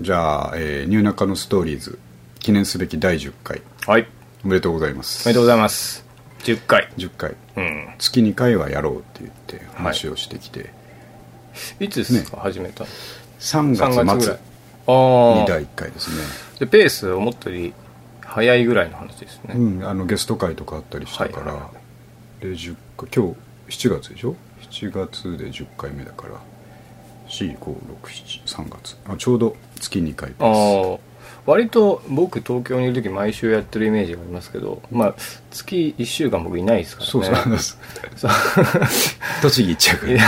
じゃあ、えー、ニューナカのストーリーズ記念すべき第10回はいおめでとうございますおめでとうございます10回10回うん月2回はやろうって言って話をしてきて、いつですか、始めたの3 3月月ぐ末らいあにあ第1回ですねでペース思ったより早いぐらいの話ですね、うん、あのゲスト会とかあったりしたから、はで10回今日7月でしょ7月で10回目だから45673月あちょうど月2回あですあ割と僕東京にいる時毎週やってるイメージがありますけどまあ月1週間僕いないですからねそうなんです そう栃木行っちゃうから、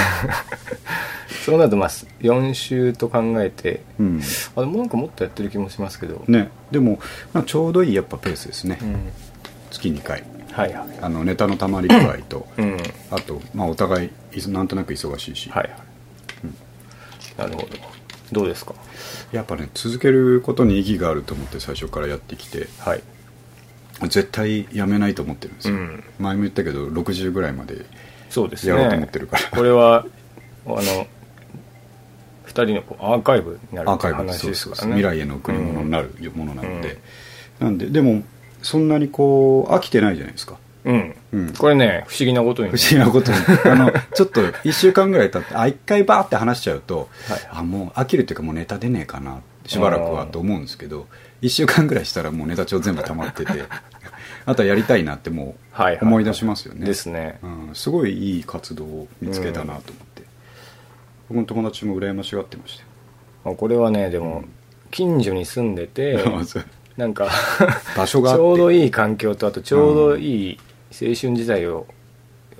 そうなるとまあ4週と考えてうん、あでもなんかもっとやってる気もしますけど、ねでも、まあ、ちょうどいいやっぱペースですね、うん月2回はいはいあのネタのたまり具合と、うんあと、まあ、お互いいなんとなく忙しいし、はいはい、なるほどどうですかやっぱね続けることに意義があると思って最初からやってきてはい絶対やめないと思ってるんですよ、うん前も言ったけど60ぐらいまでそうですねやろうと思ってるからこれはあの2人のこうアーカイブになるアーカイブで話ですからね未来への贈り物になるものなので、なんででもそんなにこう飽きてないじゃないですかうん、うんこれね不思議なことに、ね不、思議な ことにあのちょっと1週間ぐらい経ってあ1回バーって話しちゃうと、はいあもう飽きるっていうかもうネタ出ねえかなしばらくはと思うんですけど1週間ぐらいしたらもうネタ帳全部溜まってて あとはやりたいなってもはいはいう思い出しますよね、ですねうん、すごいいい活動を見つけたなと思って、僕の友達も羨ましがってましたよまあこれはねでも近所に住んでてそうなんか場所があっちてょうどいい環境とあとちょうどいい青春時代を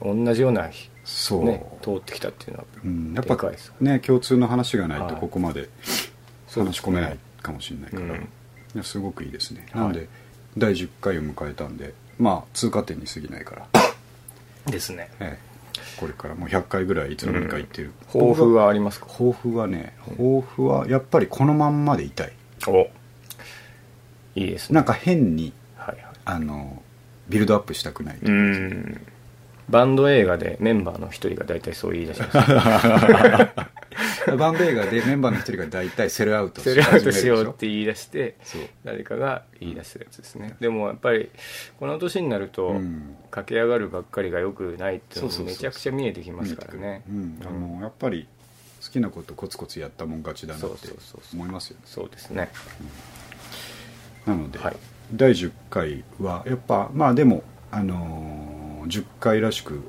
同じような、 そう、ね、通ってきたっていうのはうん、やっでかぱいですね共通の話がないとはいここまでそうで話すしね込めないかもしれないから、うんいやすごくいいですね、はいなんで第10回を迎えたんでまあ通過点に過ぎない から、ですねええこれからもう100回ぐらいいつの間にか行ってる、抱負はありますか抱負はね抱負はやっぱりこのまんまでいたいおいいですねなんか変にはいはいあのビルドアップしたくないと、うんバンド映画でメンバーの一人が大体そう言い出します バンド映画でメンバーの一人が大体セルアウトセルアウ始トしめるよでうって言い出してそう誰かが言い出すやつですねでもやっぱりこの年になるうとん駆け上がるばっかりがよくないっていうのそうそうそうもめちゃくちゃ見えてきますからねうん、あのやっぱり好きなことコツコツやったもん勝ちだなっそうてそうそうそう思いますよねそうですねなので、はい第10回はやっぱまあでも、あのー10回らしく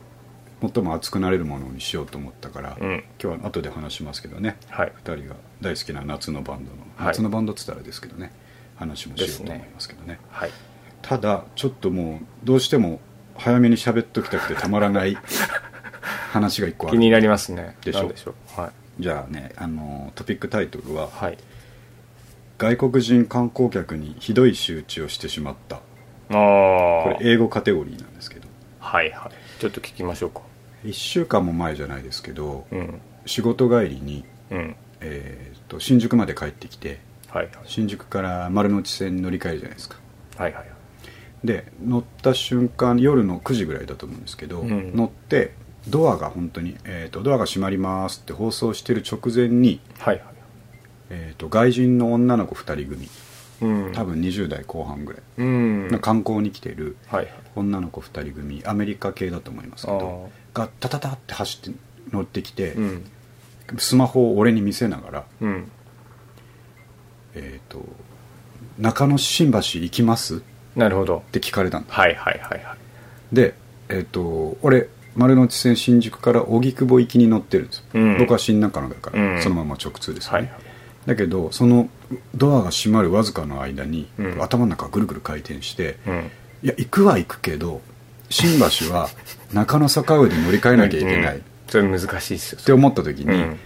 最も熱くなれるものにしようと思ったから、うん今日は後で話しますけどね、はい2人が大好きな夏のバンドの、はい夏のバンドっつったらですけどね話もしようと思いますけどねはいただちょっともうどうしても早めに喋っときたくてたまらない 話が1個あ気るになりますねでしょなんでしょうはいじゃあね、あのトピックタイトルは、はい外国人観光客にひどい仕打ちをしてしまったああこれ英語カテゴリーなんですけどはいはいちょっと聞きましょうか1週間も前じゃないですけど、うん仕事帰りに、うんえー、と新宿まで帰ってきてはい新宿から丸の内線に乗り換えるじゃないですかはいはいはいで乗った瞬間夜の9時ぐらいだと思うんですけど、うん乗ってドアが本当に、えーと「ドアが閉まります」って放送してる直前に、はいはいえー、と外人の女の子2人組うん多分20代後半ぐらいうんの観光に来てるはいはい女の子2人組アメリカ系だと思いますけどがタタタって走って乗ってきて、うんスマホを俺に見せながらうん「えー、と中野新橋行きます?」っなるほどて聞かれたんだはいはいはいはいで、えー、と俺丸の内線新宿から荻窪行きに乗ってるんですよ、うん僕は新中野だから、うんそのまま直通ですよはいね、だけどそのドアが閉まるわずかの間に、うん頭の中ぐるぐる回転して、うんいや行くは行くけど新橋は中野坂上で乗り換えなきゃいけない、うんっそれ難しいっすよて思った時に、うん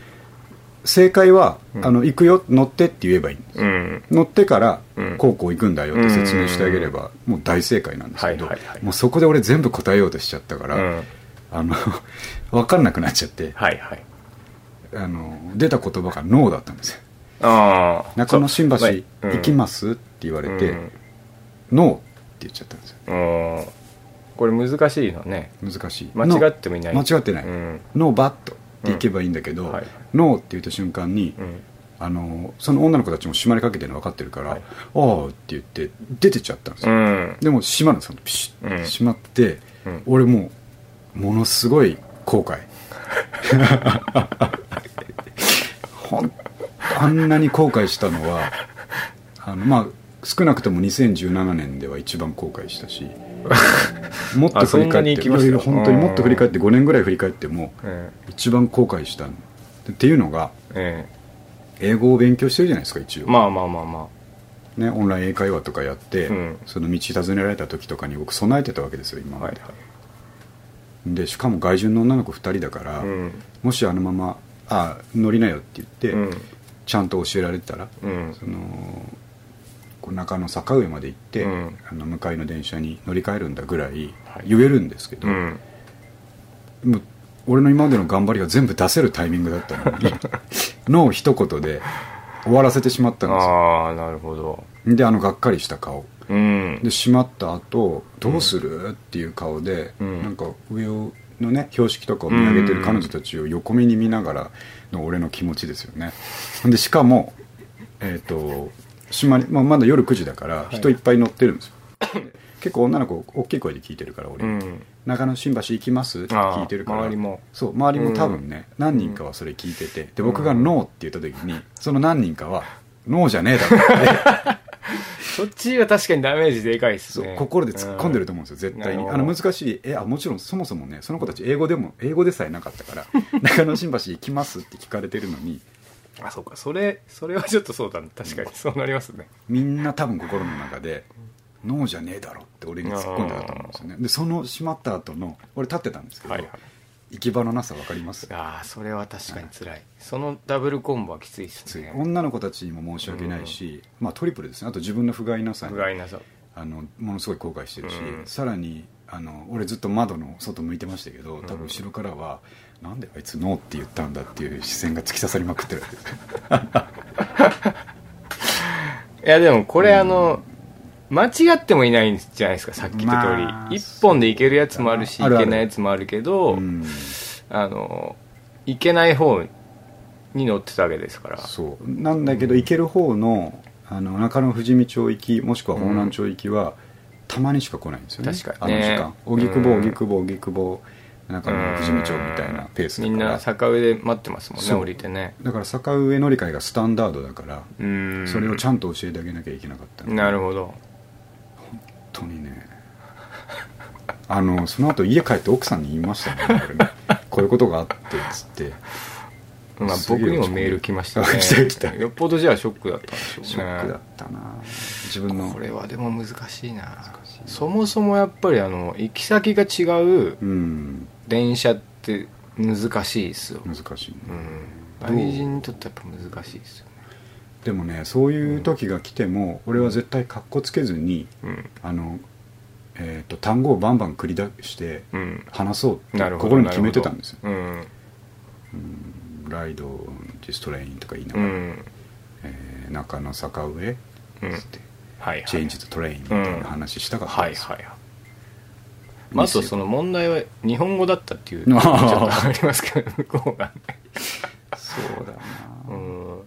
正解は、んあの行くよ乗ってって言えばいいんですうん乗ってから、うんこうこう行くんだよって説明してあげれば、もう大正解なんですけど、はいはいはいもうそこで俺全部答えようとしちゃったかうら、んあの 分かんなくなっちゃってはいはいあの出た言葉が「ノー」だったんですよああ中野新橋そう行きます、って言われて「ノー」って言っちゃったんですようんうんこれ難しいのね難しい間違ってもいない間違ってない、うんノーバットっていけばいいんだけど、うんはいノーって言った瞬間に、うんあのその女の子たちも閉まりかけてるの分かってるから「はいああ」って言って出てっちゃったんですうよ、んでも閉まるんですよピシッうん閉まって、うん俺もうものすごい後 悔ほんあんなに後悔したのはあのまあ少なくとも2017年では一番後悔した しもっとあ振そりんな返っに行てきましたいやいや本当にもっと振り返って5年ぐらい振り返ってもえ一番後悔したのっていうのがええ英語を勉強してるじゃないですか一え応、まあまあまあまね、オンライン英会話とかやって、うんその道尋ねられた時とかに僕備えてたわけですよ今あまはいで、でしかも外人の女の子2人だから、うんもしあのまま「あ乗りなよ」って言って、うんちゃんと教えられてたら、うんそのこう中野坂上まで行って、うんあの向かいの電車に乗り換えるんだぐらいはい言えるんですけど、うんもう俺の今までの頑張りが全部出せるタイミングだったの にの一言で終わらせてしまったんですよああなるほどであのがっかりした顔うんで閉まった後どうする、っていう顔で、うんなんか上をのね標識とかを見上げてる彼女たちを横目に見ながらの俺の気持ちですよねでしかもえっ、と閉まり、まあ、まだ夜9時だからい人いっぱい乗ってるんですよ、で結構女の子大きい声で聞いてるから俺、うん中野新橋行きますって聞いてるからあー周りもそう周りも多分ね、何人かはそれ聞いててで僕が「ノー」って言った時にその何人かは「ノーじゃねえだろ」ってそっちは確かにダメージでかいっすそうね心で突っ込んでると思うんですよ、絶対にあの難しいえあもちろんそもそもねその子たち英語でも英語でさえなかったから 中野新橋行きますって聞かれてるのにあそうかそれそれはちょっとそうだね確かにそうなりますねみんな多分心の中で「ノーじゃねえだろ」って俺に突っ込んでたと思うんですよねでその閉まった後の俺立ってたんですけど、はいはい行き場のなさ分かりますああそれは確かに辛いそのダブルコンボはきついっすね女の子たちにも申し訳ないし、まあトリプルですねあと自分の不甲斐なさに具合なさあのものすごい後悔してるし、うんさらにあの俺ずっと窓の外向いてましたけど多分後ろからは、なんであいつノーって言ったんだっていう視線が突き刺さりまくってるいやでもこれあの、間違ってもいないんじゃないですかさっき言った通り、まあ一本でいけるやつもあるしそうだないけないやつもあるけどうんあのいけない方に乗ってたわけですからそうなんだけど、行ける方のあの中野富士見町行きもしくは方南町行きは、たまにしか来ないんですよね確かにねあの時間荻窪うん荻窪荻窪中野富士見町みたいなペースだみかんらな坂上で待ってますもんねそう降りてねだから坂上乗り換えがスタンダードだから、うんそれをちゃんと教えてあげなきゃいけなかったのなるほど本当にねあのその後家帰って奥さんに言いましたね俺ねこういうことがあってっつってまあすげえ僕にもメール来ましたね来た来たよっぽどじゃあショックだったんでしょうねショックだったな、自分のこれはでも難しいなそもそもやっぱりあの行き先が違ううん電車って難しいですよ、難しいね、うん、どう外人にとってはやっぱ難しいですよねでもねそういう時が来ても、俺は絶対かっこつけずにうんあの、えー、と単語をバンバン繰り出してうん話そうってなるほど心に決めてたんですよなるほど「ライド・ディストレイン」とか言いなうがんら、うんえー中野坂上うんつって、はいはいチェンジ・とトレインみたいな話したかったはんいですよはいはいまああとその問題は日本語だったっ ていうちょっとあーありますけど向こうがねそうだなうん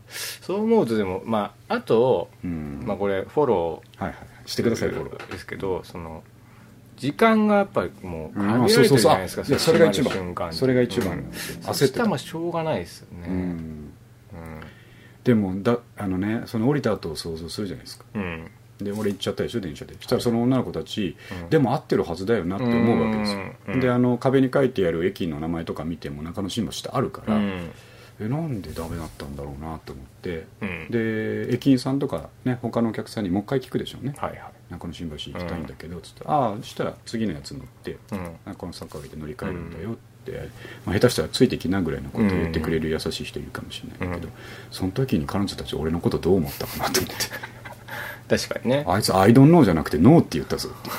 そう思うとでもまああと、うんまあ、これフォローはいはいしてくださいフォローですけどその時間がやっぱりもう限うんられてるじゃないですか、そうそうそういやそれが一番閉まる瞬間にそれが一番うなんんですよそ焦ってたしたらまあしょうがないですよねう、んうんでもだあのねその降りた後を想像するじゃないですかうんで俺行っちゃったでしょ電車でそしたらその女の子たち、うんでも合ってるはずだよなって思うわけですよ、うんうんであの壁に書いてある駅の名前とか見ても中野新橋ってあるかうら、んえなんでダメだったんだろうなと思って、うんで駅員さんとかね他のお客さんにもう一回聞くでしょうねはいはい中野新橋行きたいんだけどつって「ああそしたら次のやつ乗ってうん中野坂上で乗り換えるんだよ」って、まあ、下手したらついてきなぐらいのことを言ってくれる優しい人いるかもしれないけど、うんその時に彼女たち俺のことどう思ったかなと思って確か「にねあいつアイドンノーじゃなくてノーって言ったぞ」って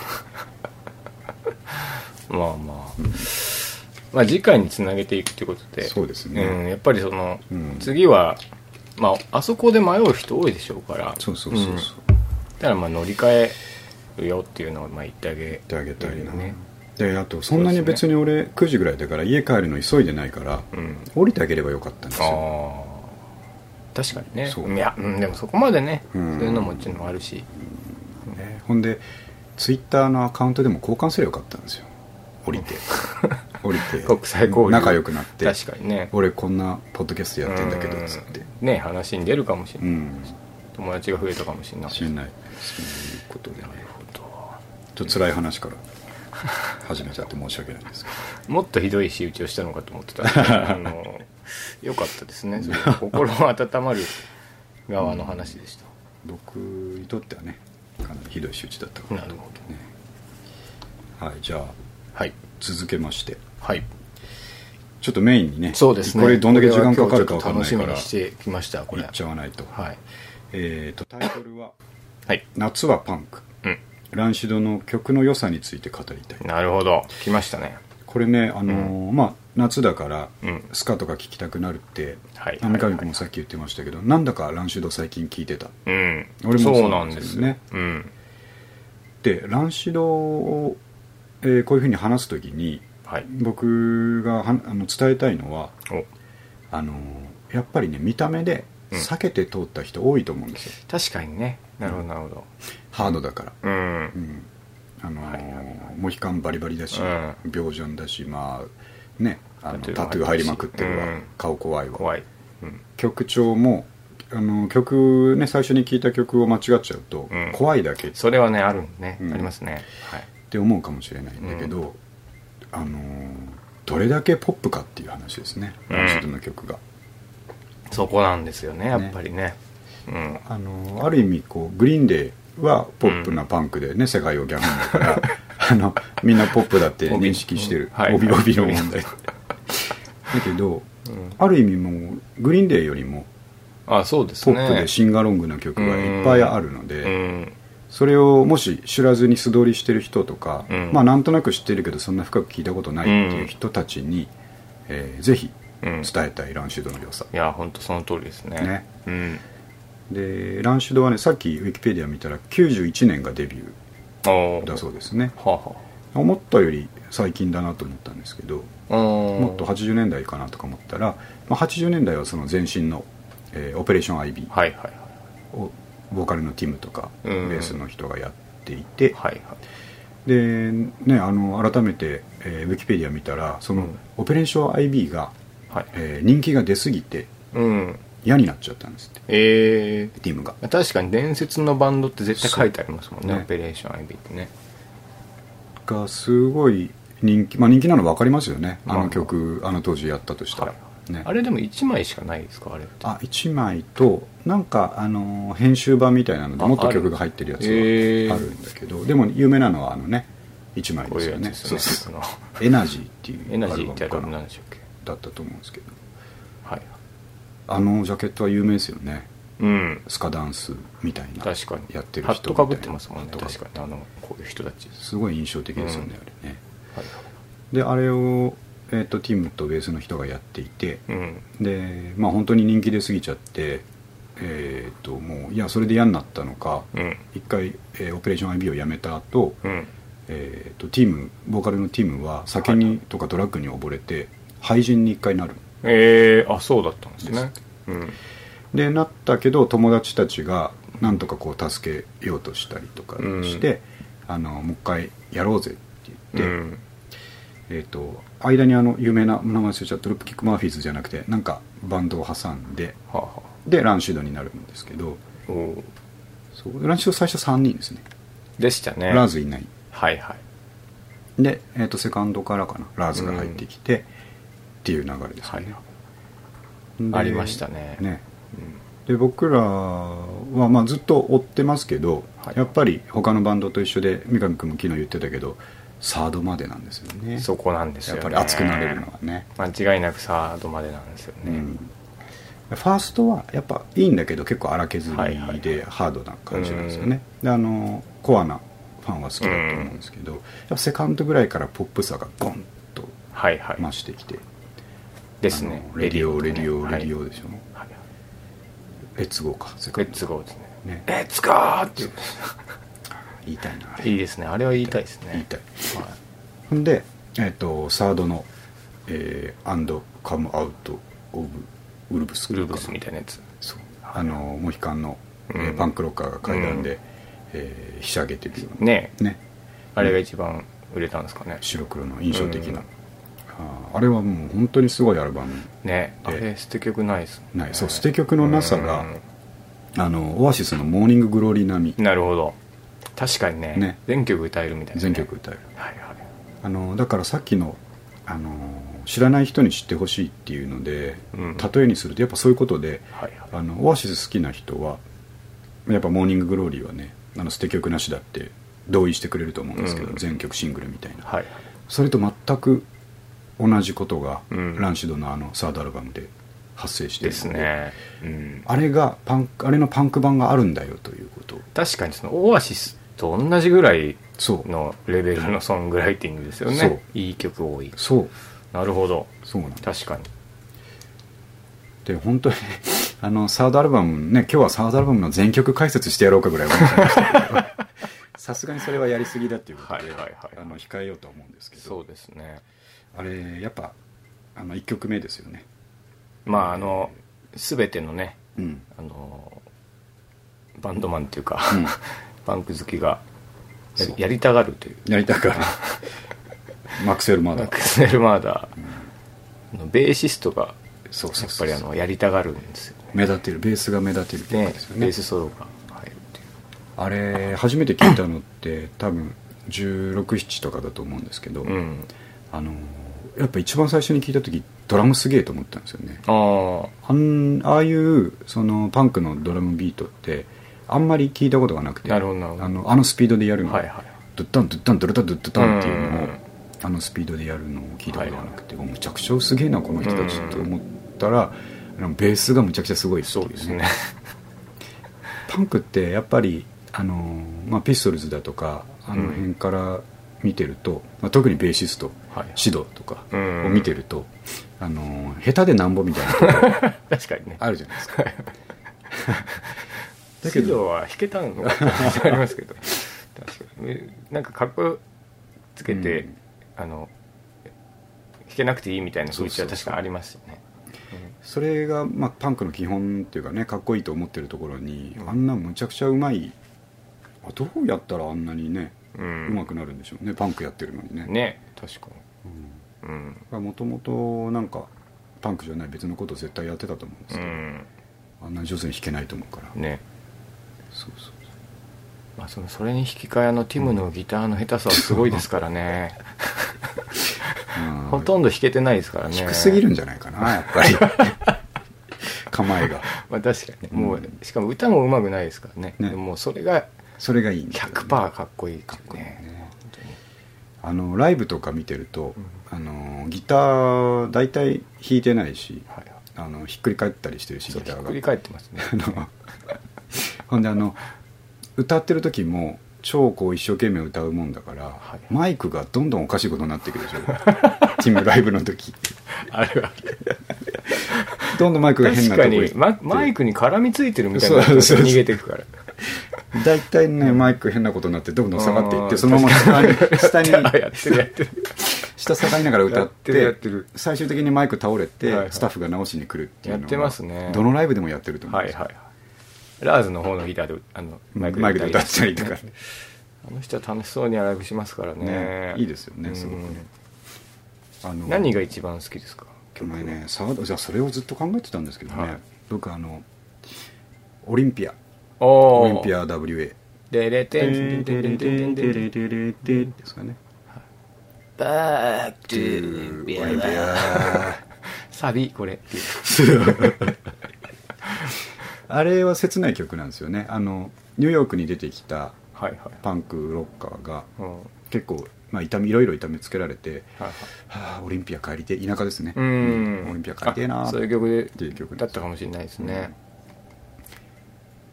まあまあ、まあ次回につなげていくってことでそうですねうん、やっぱりその、うん次はまああそこで迷う人多いでしょうからそうそうそうそう、んだからまあ乗り換えるよっていうのをまあ言ってあげってあげたいな、ねであとそんなに別に俺9時ぐらいだから家帰るの急いでないから、うん降りてあげればよかったんですよああ確かにねそういや、うん、でもそこまでね、うんそういうのもっていうのもあるし、ねほんでツイッターのアカウントでも交換すればよかったんですよ降 りて降りて国際交流仲良くなって確かにね俺こんなポッドキャストやってんだけどつってうんね話に出るかもしれうない、ん友達が増えたかもしれない知らないそういうことでなるほどちょっと辛い話 から始めちゃって申し訳ないんですけどもっとひどい仕打ちをしたのかと思って たあのよかったですねそれ心温まる側の話でした、僕にとってはねかなりひどい仕打ちだったかななるほどねはいじゃあはい続けましてはいちょっとメインにねそうですねこれどんだけ時間かかるか分こかれんなはいかちょっと楽しみらにしてきましたこれ言っちゃわないとはいえっとタイトルははい「夏はパンクうん」ランシドの曲の良さについて語りたいなるほど来ましたねこれねあのーまあ夏だからうんスカとか聴きたくなるってはい三上君もさっき言ってましたけどなんだかランシド最近聴いてたうん俺もそうなんですそうよなんでねうんでランシドを、えーこういうふうに話す時にはい僕がはあの伝えたいのはおあのーやっぱりね見た目で避けて通った人多いと思うんですよ、確かにねなるほどなるほどハードだから、うん、うんあのーはいはいはモヒカンバリバリだし、う病ジョンだしまあねあのタトゥータトゥー入りまくってるわ、うん顔怖いわ怖い、うん、曲調もあの曲ね最初に聴いた曲を間違っちゃうと、うん怖いだけそれはねあるね、うんありますねはいって思うかもしれないんだけど、あのーどれだけポップかっていう話ですね、うんランシドの曲が、そこなんですよねやっぱりねうんあのーある意味こうグリーンデーはポップなパンクでね、世界をギャンだから あのみんなポップだって認識してるうんはい帯帯の問題だけどうんある意味もうグリーンデーよりもあそうですポねップでシンガロングな曲がいっぱいあるので、うんそれをもし知らずに素通りしてる人とか、うんまあなんとなく知ってるけどそんな深く聞いたことないっていう人たちに、えーぜひうん伝えたいランシュドの良さ、いや本当その通りですねねうんでランシュドはねさっきウィキペディア見たら91年がデビュおーーだそうですねはあは思ったより最近だなと思ったんですけどあうんもっと80年代かなとか思ったら、まあ、80年代はその前身の、えーオペレーション IB はいはいはいをボーカルのティムとかベうんースの人がやっていて、はいはいでねあの改めて、えーウィキペディア見たらその、うんオペレーション IB が、はいえー人気が出すぎてうん嫌になっちゃったんですってえティムがー、確かに伝説のバンドって絶対書いてありますもんねそうねオペレーション IB ってねがすごい人気まあ人気なの分かりますよねあまあの曲あの当時やったとしたら、はいねあれでも1枚しかないですかあれってあ1枚となんか、あのー編集版みたいなのであもっとある曲が入ってるやつへーがあるんだけど、でも有名なのはあのね1枚こでうすいうよやつねですよねそうそうそエナジーっていうのエナジーってアルバアルムバかムななんでしょうっけだったと思うんですけどはいあのジャケットは有名ですよねうんスカダンスみたいな確かにやってる人みたいなハットかぶってますもんねハット被確かにあのこういう人たちです、すごい印象的ですよね、うんあれねはいであれを、えー、とティムとベースの人がやっていて、うん、でまあ本当に人気出過ぎちゃってえっ、ともういやそれで嫌になったのか、うん一回、えーオペレーション IB をやめた後、うんえー、とティムボーカルのティムは酒はにいとかドラッグに溺れて廃人に一回なるえー、あそうだったんですねうんでなったけど友達たちがなんとかこう助けようとしたりとかして、あのもう一回やろうぜって言っうて、んえー、と間にあの有名な名前忘れちゃったドロップキックマーフィーズじゃなくてなんかバンドを挟んではあ、はでランシードになるんですけどあ、おーそうランシード最初3人ですねでしたねラーズいないはいはいで、えー、とセカンドからかなラーズが入ってきて、っていう流れですよね、でありましたねねうんで僕らは、まあ、ずっと追ってますけど、はいやっぱり他のバンドと一緒で三上君も昨日言ってたけどサードまでなんですよねそこなんですよ、やっね、ぱり熱くなれるのはね、間違いなくサードまでなんですようね、ん、ファーストはやっぱいいんだけど結構荒削はいはいはりいでハードな感じなんですようんね、であのコアなファンは好きだと思うんですけど、やっぱセカンドぐらいからポップさがゴンとはいはい、増してきて、ですねあのレディオレディオレディオオでしょ、はいはいレッツゴーかセカレンッツゴーですねドねレッツゴーっていう言いたいなあれいいですねあれは言いたいですね言いたいはいほんで、えっとサードの「えー、アンド・カム・アウト・オブ・ウルブス」ウルブスみたいなやつそうあのモヒカンの、えーうんパンクロッカーが階段で、うんえーひしゃげてるようなねえねあれが一番売れたんですかね白黒の印象的な、うんあーあれはもう本当にすごいアルバムねえあでれ捨て曲ないですもんねないそう捨て曲のなさがうんあのオアシスの「モーニング・グローリー」並みなるほど確かにねね全曲歌えるみたいなね全曲歌えるはいはいあのだからさっきのあの知らない人に知ってほしいっていうので、うん例えにするとやっぱそういうことではいはいあのオアシス好きな人はやっぱ「モーニング・グローリー」はねあの捨て曲なしだって同意してくれると思うんですけど、うん全曲シングルみたいなはいそれと全く同じことが、うんランシドのあのサードアルバムで発生してでるのすねうんあれがパンクあれのパンク版があるんだよということ確かにそのオアシスと同じぐらいそうのレベルのソングライティングですよそうねいい曲多いそうなるほどそうなん確かにで本当に あのサードアルバムね今日はサードアルバムの全曲解説してやろうかぐらい思っちゃいました けどさすがにそれはやりすぎだっていうことで、はいはいはいあの控えようとは思うんですけそどうですねあれやっぱあの1曲目ですよねまああの全てのねうんあのバンドマンっていうか、う んバンク好きがやそうやりたがるというやりた からマクセル・マダマークスネル・マーダーのベーシストがそうやそうっそぱうりあのやりたがるんですよ目立ってるベースが目立ってるってねことですよねベースソロが入るっていうあれ初めて聞いたのって多分1617とかだと思うんですけど、うんあのやっぱ一番最初に聞いた時ドラムすげえと思ったんですよねあああんああいうそのパンクのドラムビートってあんまり聞いたことがなくてなるほどなるほどあのあのスピードでやるの、はいはいドッタンドッタンドルタドッタンっていうのうをんあのスピードでやるのを聞いたことがなくて、むちゃくちゃすげえなこの人たちと思ったら、あのベースがむちゃくちゃすごいっていそうですねパンクってやっぱりあのー、まあ、ピストルズだとかあの辺から見てると、まあ、特にベーシスト、はいはいシドとかうんを見てると、あのー下手でなんぼみたいなところ 確かにねあるじゃないですかだだけけどどは弾けたのかってありますけど確かにえなんかかっこつけて、うんあの弾けなくていいみたいな風潮そうは確そうそうかありますよねそれが、まあ、パンクの基本っていうかねかっこいいと思ってるところに、うんあんなむちゃくちゃうまいあどうやったらあんなにねう、うんま、くなるんでしょうねパンクやってるのにねね確かうんにうん、もともとなんかパンクじゃない別のことを絶対やってたと思うんですうけど、ん、あんな上手に弾けないと思うから、ねそうそうそうまあ、そのそれに引き換えあのティムのギターの下手さはすごいですからねあーほとんど弾けてないですからね低すぎるんじゃないかなやっぱり 構えがまあ確かにね、もううしかも歌もうまくないですからねねでももうそれがそれがいいんだよね100%かっこいいかっこいいよね本当にあのライブとか見てると、あのギター大体弾いてないしはいはいあのひっくり返ったりしてるしちょギっタとひっーくりが返ってますね あのほんであの歌ってる時も超こう一生懸命歌うもんだから、はいマイクがどんどんおかしいことになっていくでしょ チームライブの時あれはどんどんマイクが変確なとこ行かっにてママイクに絡みついてるみたいなそうそうそう逃げていくから大体ねマイク変なことになってどんどん下がっていっうてんそのまま下に下に あやってるやってる下下がりながら歌っやっててるやってる最終的にマイク倒れて、はいはいスタッフが直しに来るっていうのがやってますねどのライブでもやってると思うんはいですよ、はいラーズの方のギターであのマイクマイクで歌歌っったたりりとかあの人は楽しそうに荒くしますからねねいいですよねうんすごくねあの何が一番好きですかお前ねサードじゃあそれをずっと考えてたんですけどね、はい僕あのオリンピアおオおリンピア WA でれてんてんてんてんてんてんてでんすかねバックトオリゥンーピビアアサビこれっていうあれは切ない曲なんですよねあのニューヨークに出てきたはいはいパンクロッカーがうんはい結構、まあ、痛みいろいろ痛めつけられて、はいはあ、オリンピア帰りて田舎ですね、うんオリンピア帰りてえなあそういう曲でっていう曲だったかもしれないですね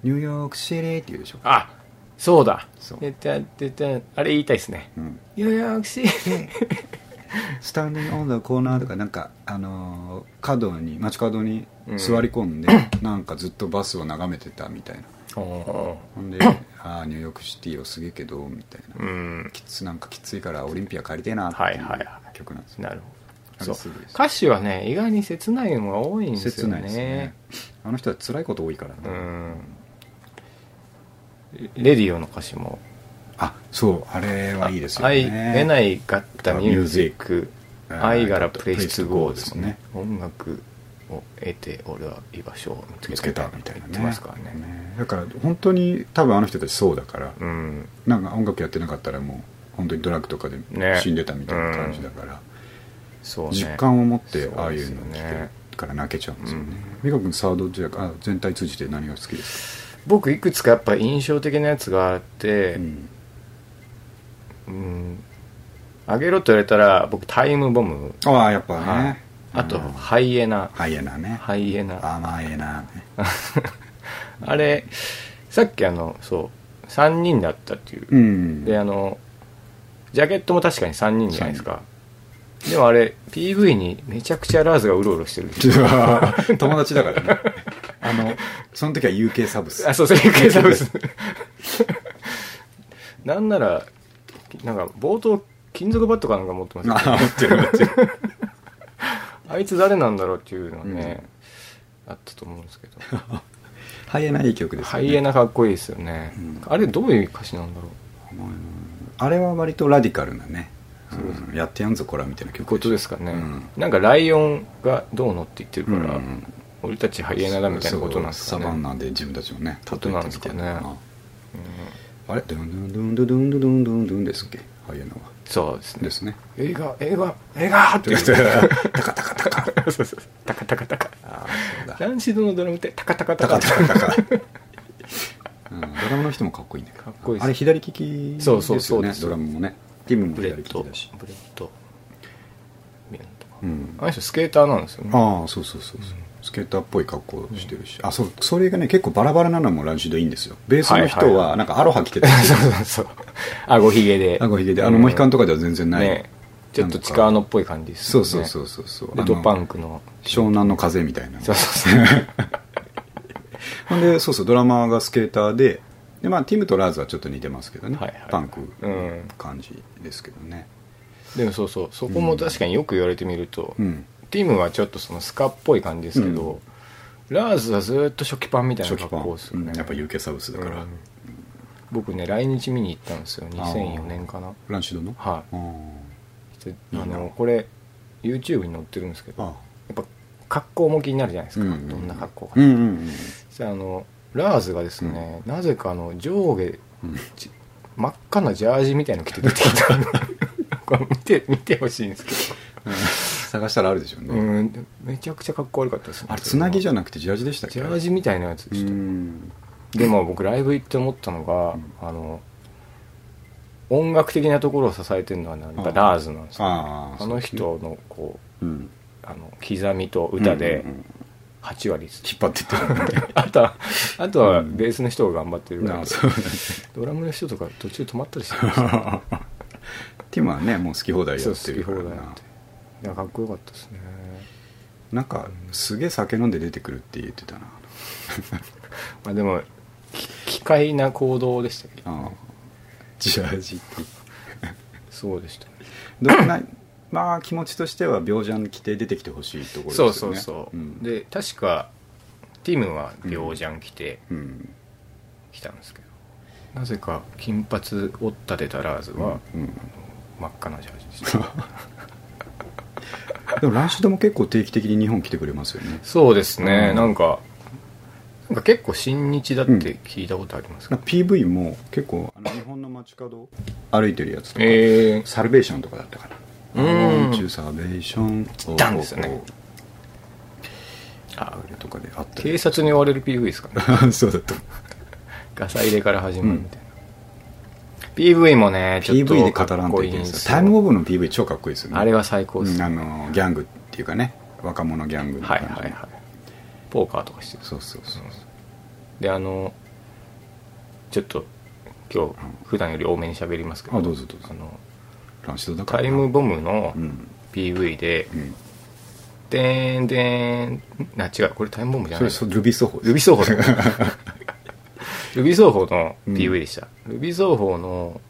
ニューヨークシリーっていうでしょあそうだそうでたでたあれ言いたいですねうんニューヨークシースタンディングオンのコーナーとかなんか、あのー角に街角にうん座り込んで、なんかずっとバスを眺めてたみたいな おほ んでああニューヨークシティをすげえけどみたいな、ーうんきつなんかきついからオリンピア帰りてえなってはいはいいうはい曲なんですよ、なるあそれうすごいです歌詞はね意外に切ないのが多いんです切よないねですねあの人は辛いこと多いからね、うんレディオの歌詞もあそうあれはいいですよ愛ね得ないかったミュージックあ I got a place to go で place す to go ね音楽を得て俺は居場所を見見つつけけたたみみたたいいなな言ねってますからねねだから本当に多分あの人たちそうだから、うんなんか音楽やってなかったらもう本当にドラッグとかでね死んでたみたいな感じだから、そうね実感を持ってそうああいですうよのをね聞けるから泣けちゃうんですよね美香君サードジャあ全体通じて何が好きです僕いくつかやっぱ印象的なやつがあっか、てうんうんあげろと言われたら僕タイムボムああやっぱね、はいあうとんハイエナハイエナねハイエナ甘えなねあれさっきあのそう3人だったっていう、うんであのジャケットも確かに3人じゃないですかでもあれ PV にめちゃくちゃラーズがうろうろしてる友達だから ねあのその時は UK サブスあそうそれ計算ですなんならなんか冒頭金属バットかなんか持ってますよねあ持ってる持ってるあいつ誰なんだろうっていうのはね、あったと思うんですけどハイエナいい曲ですハよねイエナかっこいいですよね、うんあれどういう歌詞なんだろうあれは割とラディカルなね、うんやってやんぞこらみたいないう曲ことですかね、うんなんかライオンがどうのって言ってるから、うん俺たちハイエナだみたいなことなんですかねそうサバンナで自分たちもねことなんですかね例えてみてるのなうんあれドゥンドゥンドゥンドゥンドゥンドゥンドゥンドゥンですっけハイエナはそうですねです ね映画映画映画って言ってタカタカタカそうそうタカタカタカああそうだランシドのドラムってタカタカタタカカタカタカ うんドラムの人もかっこいいねかっこいいですあれ左利きですそようそうそうでねすドラムもねティムもブレ左ッ利きドだしブレッドミランとか、うんあの人スケーターなんですよねああそうそうそうそう、スケーターっぽい格好してるし、あそうそれがね結構バラバラなのもランシードいいんですよベースのはい人はいははなんかアロハ着てた そうそうそうあごひげであごひげであのモヒカンとかでは全然ない、ねちょっとなんチかカーノっぽい感じですそようねそうそうそうそうレあッドのパンクの湘南の風みたいなそうそうそう ほんでそうそうドラマーがスケーターでで、まあ、ティムとラーズはちょっと似てますけどね、はいはいパンクうん感じですけどねでもそうそうそこも確かによく言われてみると、うんティムはちょっとそのスカっぽい感じですけど、ラーズはずっと初期パンみたいな初期格パン、好ですよね、うんやっぱ UK サブスだから、うん僕ね来日見に行ったんですよあー2004年かなランシドのはあいいいなあのこれ YouTube に載ってるんですけどやあっぱ格好も気になるじゃないですか、うんうんうんどんな格好か、うんうんうんじゃああのラーズがですね、なぜかあの上下うんち真っ赤なジャージみたいの着て出てきた これ見て見てほしいんですけど探したらあるでしょうね、うん、めちゃくちゃかっこ悪かったですねあれつなぎじゃゃなくてジャージでしたっけジャージみたいなやつでうした、んでも僕ライブ行って思ったのが、あの音楽的なところを支えてるのはなんかああラーズなんですよあああの人のこううんあの刻みと歌でうんうんうん8 割です、引っ張って ってるあとはあとはベースの人が頑張ってるぐらいあでそうドラムの人とか途中止まったりしてましだねティムはねもう好き放題 やたってそう好るきか放ら題やなっていやかっこよかったですねなんかすげえ酒飲んで出てくるって言ってたなまあでもき奇怪な行動でしたけどああジャージってそうでしたねどうない まあ気持ちとしては病ジャン着て出てきてほしいところですよそうねそうそう、ん、で確かティムは病じゃん来てうん来たんですけど、なぜか金髪をったでたラーズはうん真っ赤なジャージで したでもランシュドも結構定期的に日本来てくれますよねそうですね、うんなんかなんか結構新日だって聞いたことありますなか、んか PV も結構あの日本の街角歩いてるやつとか、えーサルベーションとかだったかなうん宇宙サルベーション来たんですよねああれとかであった警察に追われる PV ですかね そうだったガサ入れから始まるみたいな、PV もねちょっ PV でと語からっんとこいいいけんないでですすよタイムよオブの PV 超かっこいいですよねあれは最高です、うんあのギャングっていうかね若者ギャングのは感いじはいはいポーカーとかしてるそうそうそうであのちょっと今日普段より多めに喋りますけどあどうぞどうぞあのランシドだからタなイムボムのうん、 PV でうん、 「でーんでーん」あ違うこれタイムボムじゃそなれいそうルビー奏法ルビ奏奏 法だルビ奏法のうん PV でした、ルビ奏法の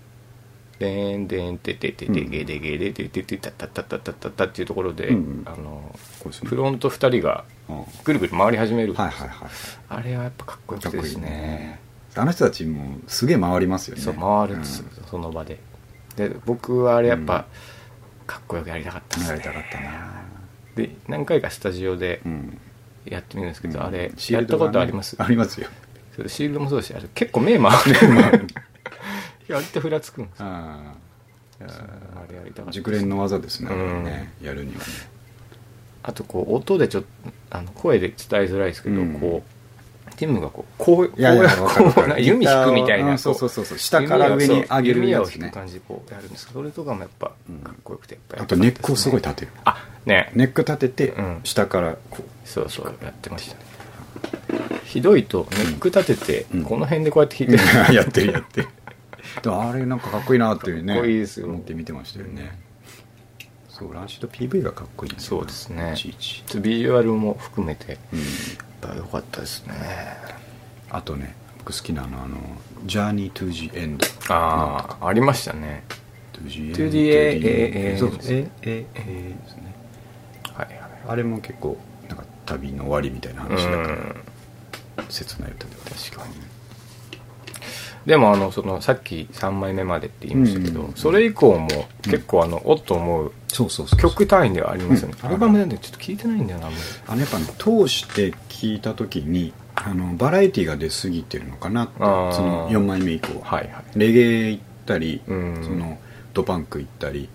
でんでんててててげでげでてててたたたたたたたっていうところで、うんあのこうですねフロント2人がうんぐるぐる回り始めるんですよはいはいはいあれはやっぱかっこよかくってこでいいすよねねあの人たちもすげえ回りますよねそう回るんですよ、その場でで僕はあれやっぱ、かっこよくやりたかったうんですやねりたかったなで何回かスタジオでうんやってみるんですけど、あれシーやっルたドこがねとありますあります よそれシールドもそうだしあれ結構目回るよねやってふらつくんですよああい やあれやりたかった熟練の技ですね,、うんねやるにはねあとこう音でちょっとあの声で伝えづらいですけど、うんこうティムがこうこうこういやいやわかるわこかうるな弓引くみたいギターをうなんそうこそうそうそう下から上に上げる弓矢やをつ引くね感じでこうやるんですけどそれとかもやっぱかっこよくてやっぱやありたとかネっックたをですねごい立てるあねネック立ててうん下からこそうそうやってましたねひどいとネック立てて、うんこの辺でこう やって弾いてる、うやってるやってる でもあれなんかかっこいいなっていうねかっこいいですよ思って見てましたよねそうランシュと PV がかっこいいんだよなそうですねいちいちビジュアルも含めてやっうんぱ良かったですねあとね僕好きなのはあの「Journey to the End」ああありましたね「To the End」 2 d という a そうそうそうですねはいはいあれも結構なんか旅の終わりみたいな話だから切ない歌では確かにでもあのそのさっき3枚目までって言いましたけど、うんそれ以降も結構あの、おっと思うそうそうそう曲単位ではありますよね、うんアルバムなんでちょっと聞いてないんだよなあんまりあのやっぱね通して聞いた時にあのバラエティが出過ぎてるのかなってそあーの4枚目以降は、はいはいレゲエ行ったり、うんそのドパンク行ったり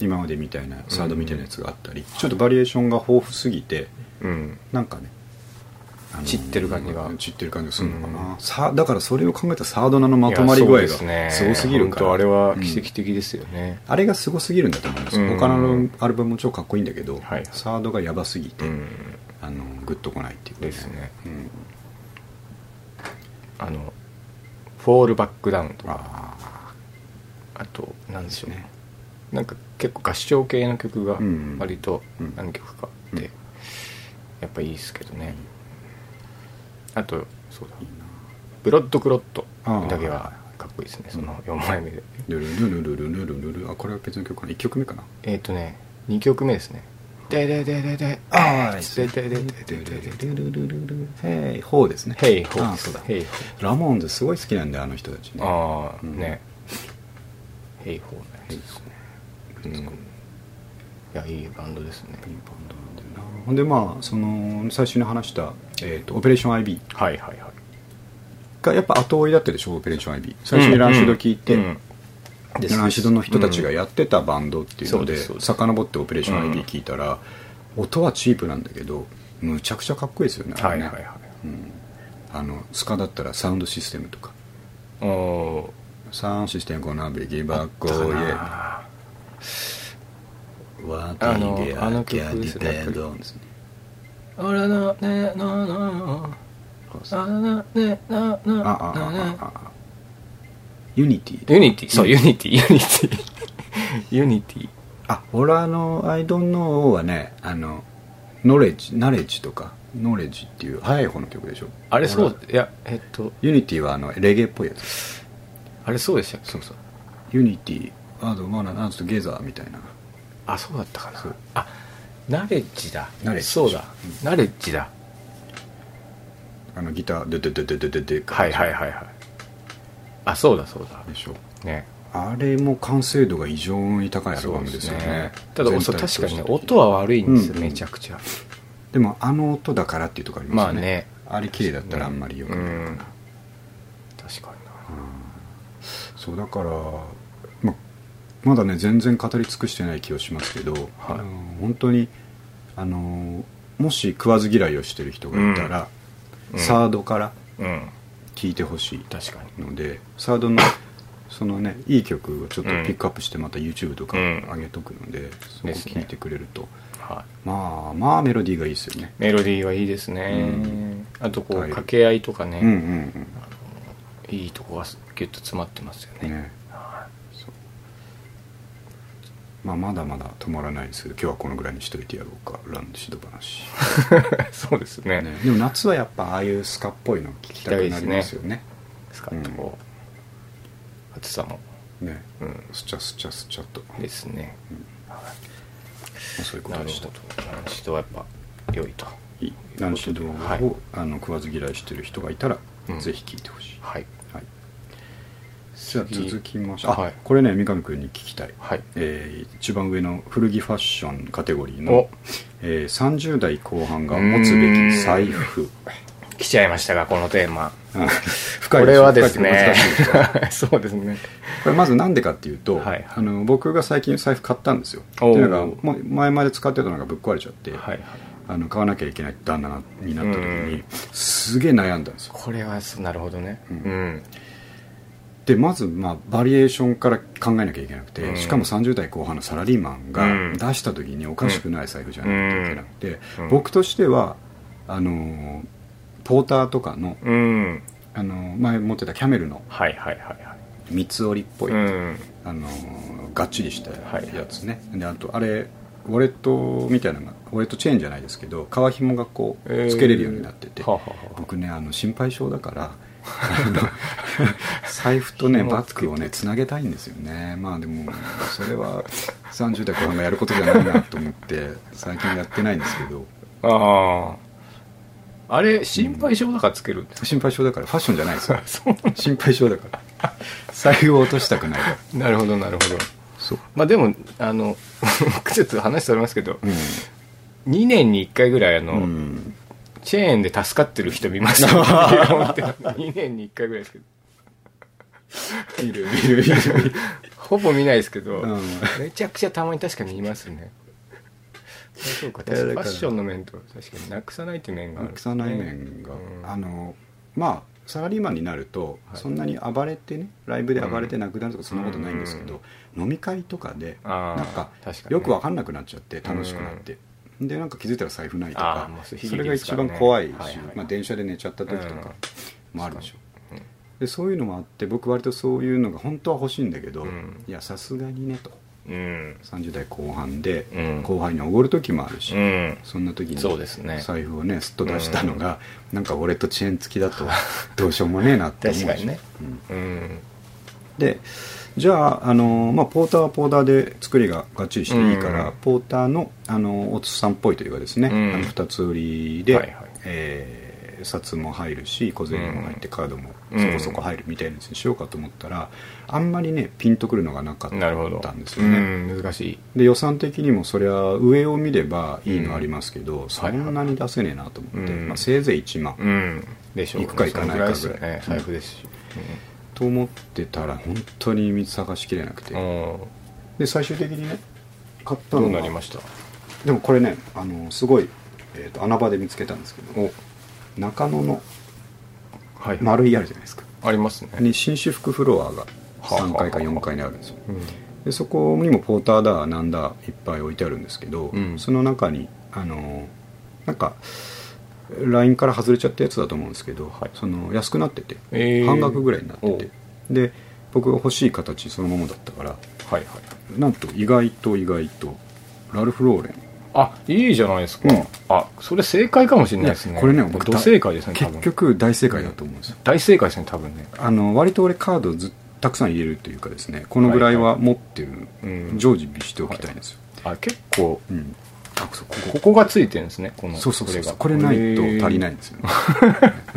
今までみたいなサードみたいなやつがあったり、ちょっとバリエーションが豊富すぎてうんなんかねあの散ってる感じが散ってる感じがするのかな、うんさだからそれを考えたサードナのまとまり具合がすごすぎるからいやそうですね本当あれはうん奇跡的ですよね、あれがすごすぎるんだと思うんですよ、うん他のアルバムも超かっこいいんだけど、はいサードがやばすぎて、うんあのグッとこないっていうことですねうんあの「フォールバックダウン」とかあああとなんでしょうねなんか結構合唱系の曲がうん割とうん何曲かあって、うんやっぱいいですけどね、あとそうだいいなブロッドクロットあーだけはかっこいいですねその4枚目で、ルルルルルルルルルルあこれは別の曲かな1曲目かなえっ、とね2曲目ですね「ででででであででででででででででででヘイホーですねヘイホあーあそうだヘイホーラモーンズすごい好きなんだよあの人たちねああうんねヘイホーねヘイホーうんいいいバンやいいバンドですねドなんだよなほんでまあその最初に話した、えーとオペレーション IB はいはいはいがやっぱ後追いだったでしょオペレーション IB 最初にランシュド聞いて、うんでランシドの人たちがやってたバンドっていうのうんそうでですそうです遡って「オペレーションうん IB」聞いたら、音はチープなんだけどむちゃくちゃかっこいいですよねあはれいねはいはいうんあのスカだったらサウンドシステムとかおお「サウンドシステムコナビギバッコーーイエあワあーのティーデあアのキャ曲デでィすねペンドン」ですねーあらなねななあらなねなああなあなあなああユニティユニティそうユニティ ユニティユニティあ俺あの「I don't know」はねあのノレッジナレッジとかノレッジっていう早い方の曲でしょあれほそういやえっとらユニティはあのレゲエっぽいやつあれそうでしたっけそうそうユニティアードマナナンスとゲザーみたいなあそうだったかなそうあナレッジだナレッジそうだ、ナレッジだあのギターででででででではいはいはいはいあそうだそうだでしょねあれも完成度が異常に高いアルバムですよねただ全体そうと確してかにね音は悪いんですよ、うんめちゃくちゃでもあの音だからっていうところありますよね,、まあねあれ綺麗だったらあんまりよくないかな、うん確かになそうだからままだね全然語り尽くしてない気はしますけど、あの本当にあのもし食わず嫌いをしてる人がいたら、うんサードからうん聴いてほしい確かにのでサードのそのねいい曲をちょっとピックアップしてまた YouTube とかうん上げとくので、そこですね聴いてくれると、はいまあまあメロディーがいいですよねメロディーはいいですね、うんあとこうはい掛け合いとかね、うんうんいいとこがギュッと詰まってますようん ねねそうまあまだまだ止まらないですけど今日はこのぐらいにしといてやろうかランシド話、そうですねね、でも夏はやっぱああいうスカっぽいの聞きたくなりますよねスカッとこう暑さもねうんすちゃすちゃすちゃっと、まですねあ、そういうこなとるでしほたど男子とはやっぱ良いといい男子動画を、はいあの食わず嫌いしてる人がいたら、うんぜひ聞いてほしい、はいはい、じゃあ次続きましてあ、はいこれね三上君に聞きたい、はいえー一番上の古着ファッションカテゴリーのお、えー30代後半が持つべき財布来ちゃいましたがこのテーマうん深こいれょはですね深い っていうか難しいでしょそうですねこれまずなんでかっていうと、はいはいあの僕が最近財布買ったんですよっておーいうのがま前まで使ってたのがぶっ壊れちゃって、はいあの買わなきゃいけない旦那になった時うにんすげえ悩んだんですよこれはなるほどねううんんでまずまあバリエーションから考えなきゃいけなくて、うんしかも30代後半のサラリーマンがうん出した時におかしくない財布じゃないといけなくて、うん僕としてはあのーポーターとかの、うんあのー前持ってたキャメルのはいはいはいはい三つ折りっぽい、うんあのーがっちりしたはいやつね、であとあれウォレットみたいなのがウォレットチェーンじゃないですけど革紐がこうつけれるようになってて、えーはあはあは僕ねあの心配性だからあ の財布とね紐バッグをねつなげたいんですよねまあでもそれは30代後半がやることじゃないなと思って最近やってないんですけどあああれ心配性だからつけるんです心配性だからファッションじゃないですよか そう心配性だから財布を落としたくないからなるほどなるほどそう、まあでもあの ちょっと話それますけどう2年に1回ぐらいあの、んうん、チェーンで助かってる人見ました2年に1回ぐらいですけどいるいるいるほぼ見ないですけど、うんめちゃくちゃたまに確かにいますねそうかいやだ確かフかァらッションの面と確かになくさないっていう面がある、なくさない面が、うんあのまあサラリーマンになると、はいそんなに暴れてねライブで暴れて亡くなるとかそんなことないんですけど、飲み会とかであーなんか確かにねよく分かんなくなっちゃって楽しくなって、でなんか気づいたら財布ないとあかーもうそそれれが一番怖いし、悲劇ですからねはいはいまあ、電車で寝ちゃった時とかもあるでしょ、うんでそういうのもあって僕割とそういうのが本当は欲しいんだけど、うんいやさすがにねとうん30代後半で、うん後輩におごる時もあるし、うんそんな時にそうですね財布をねすっと出したのが、なんか俺とチェーン付きだとどうしようもねえなって思うし確かにねうんうんでじゃあ、あのまあ、ポーターはポーターで作りががっちりしていいから、うんポーターの、あのおつさんっぽいというかですね、うんあの2つ売りで、はいはいえー札も入るし小銭も入ってカードもうんそこそこ入るみたいなやつにしようかと思ったら、あんまりねピンとくるのがなかっなるほどたんですよね。うん難しいで予算的にもそりゃ上を見ればいいのありますけど、そんなに出せねえなと思って、うんまあ、せいぜい1万、うんでしょう行くか行かないかぐらいそのですよね財布ですし、と思ってたら本当に見探しきれなくて、うんうんで最終的にね買ったどのうがなりましたでもこれねあのすごい、えーと穴場で見つけたんですけどお中野のはい、丸いあるじゃないですかありますね、に紳士服フロアがはあ3階か4階にあるんですようんでそこにもポーターだなんだいっぱい置いてあるんですけど、うんその中にあのなんかラインから外れちゃったやつだと思うんですけど、はいその安くなってて、えー半額ぐらいになっててで僕が欲しい形そのままだったからはいはいなんと意外と意外とラルフ・ローレンあいいじゃないですか、うんあそれ正解かもしれないですねこれね僕僕ど正解ですね多分結局大正解だと思うんですよ、大正解ですね多分ねあの割と俺カードずたくさん入れるというかですねこのぐらいは持ってる、うん常時しておきたいんですよ、あ結構うんあそうここここがついてるんですねこのそうそうそうそうここれれがないと足りないいんですよね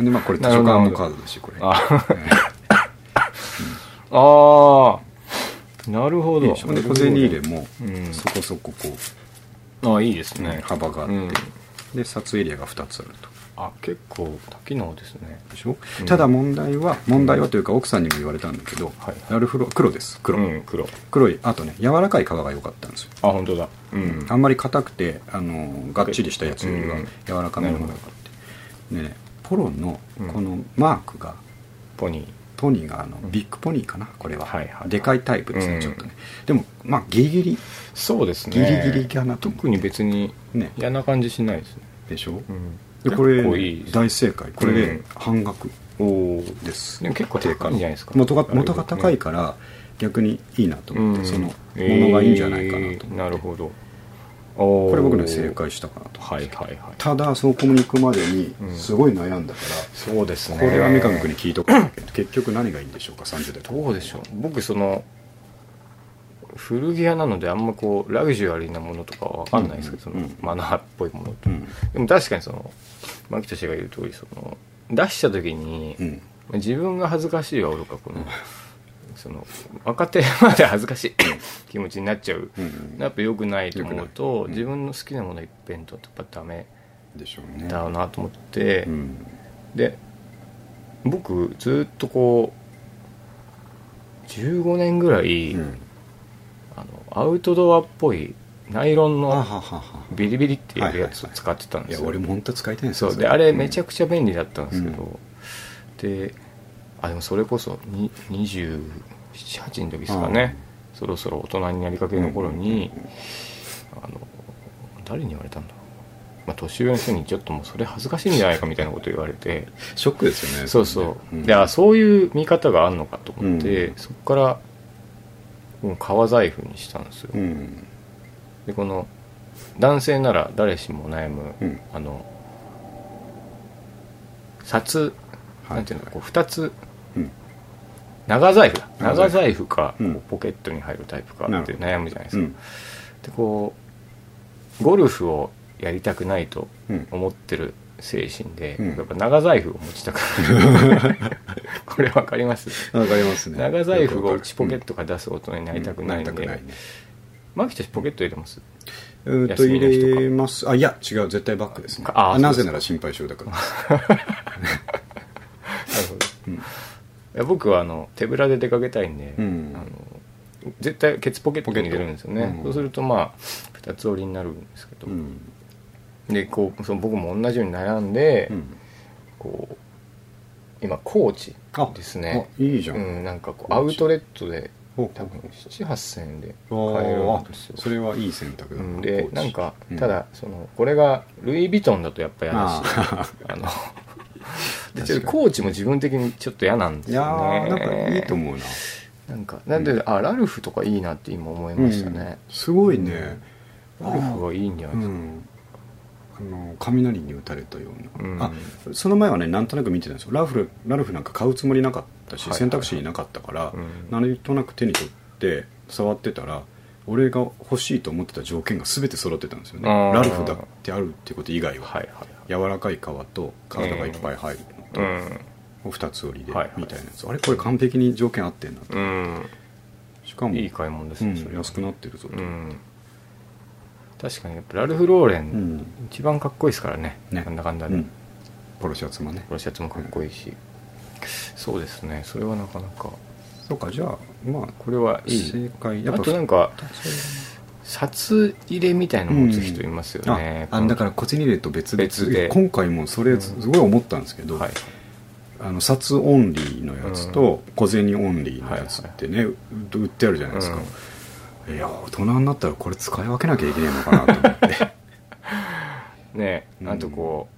でまあこれ図書な館るほもどカードだしこれ あえあーなるほえどほんで小銭入れもうんそこそここあいいですう、ね、幅があっうて、ん、で札入れが2つあるとあ結構多機能ですねでしょ、うんただ問題は問題はというか奥さんにも言われたんだけど、はいラルフロ黒です黒、うん黒黒いあとね柔らかい皮が良かったんですよあ本当だうんあんまり硬くてあのがっちりしたやつよりはうん柔らかめの方が良かったでねポロのこのマークが、ポニーポニーがあのビッグポニーかなこれは、はいはいでかいタイプですね、うんちょっとねでもまあギリギリそうですねギリギリかなと思って特に別にね嫌な感じしないですね、でしょ、うん、でこれ結構いいです大正解これうでん半額おおです、でも結構高いんじゃないですか元が元が高いから逆にいいなと思って、そのものがいいんじゃないかなと思って、えーなるほどここれ僕ね正解したかなとはいはいはいただそこに行くまでにうんすごい悩んだから、そうですねこれは三上君に聞いとかなきゃ結局何がいいんでしょうか30代どうでしょう僕その古着屋なのであんまこうラグジュアリーなものとかは分かんないですけど、うんうんうんそのマナーっぽいものと、うんでも確かにその牧俊が言う通りその出した時に、うん自分が恥ずかしいはおろかこのその若手まで恥ずかしい 気持ちになっちゃう、うんやっぱ良くないと思う良くなと、いうん自分の好きなもの一辺とやっぱダメでしょうねだなと思って、うんで僕ずっとこう15年ぐらい、うんあのアウトドアっぽいナイロンあはのははビリビリっていうやつを使ってたんいでやすよ俺も本当使いたいんですそうであれめちゃくくちゃ便利だったんですけど、うであでもそれこそに278の時ですかね、そろそろ大人になりかけの頃に、あの誰に言われたんだろう、まあ、年上の人にちょっともうそれ恥ずかしいんじゃないかみたいなこと言われてショックですよねそうそうう、んであそういう見方があるのかと思って、うんそこからもう革財布にしたんですよ、うんでこの男性なら誰しも悩む、うんあの札、はいなんていうのこう2つうん長財布だ長財長布財布か、うんこうポケットに入るタイプかなるほってど悩むじゃないでうすか、んでこうゴルフをやりたくないとうん思ってる精神で、うんやっぱ長財布を持ちたくない これわかりますわかりますね長財布を内ポケットから出す大人になりたくないんうんなりたくでないねマキちゃんポケット入れますうーんと休みの日とか入れますあいや違う絶対バッグですねああなそぜうですかなら心配性だからなるほどうんいや僕はあの手ぶらで出かけたいんで、うんあの絶対ケツポケットに入れるんですよね、ポケットうんそうするとまあ二つ折りになるんですけど、うんでこうその僕も同じように悩んで、うんこう今コーチあですねあいいじゃうんん、なんかこコーうチアウトレットで多多分78000円であ買えるんーですよそれはいい選択うだんでなんかうんただそのこれがルイ・ヴィトンだとやっぱ嫌だしああの で確かにちょっとコーチも自分的にちょっと嫌なんでいすやよねーなんかいいと思うななんかなんで、あラルフとかいいなって今思いましたね、うんすごいねラルフはいいんじゃなういですか、んあの雷に打たれたような、うんあその前はねなんとなく見てたんですよラルフラルフなんか買うつもりなかったし、はいはいはい選択肢になかったから、うんなんとなく手に取って触ってたら俺が欲しいと思ってた条件が全て揃ってたんですよねあーラルフだってあるってこと以外は、はいはいはい柔らかい皮と体がいっぱい入るのと、うん2つ折りではいはいみたいなやつ、あれこれ完璧に条件合ってんなとうんしかもいい買い物ですうね、んそれは安くなってるぞと、うん確かにやっぱラルフ・ローレン、うん一番かっこいいですからねねなんだかんだうで、んポロシャツもねこのシャツもかっこいいし、そうですねそれはなかなかそうかじゃあまあこれはいい正解やっあぱとなんか札入れみたいの持つ人いますよね、ああだから小銭入れと別々別で今回もそれすごい思ったんですけど、はいあの札オンリーのやつと小銭オンリーのやつってね、う売ってあるじゃないですか、いや大人になったらこれ使い分けなきゃいけないのかなと 思ってねうんあとこ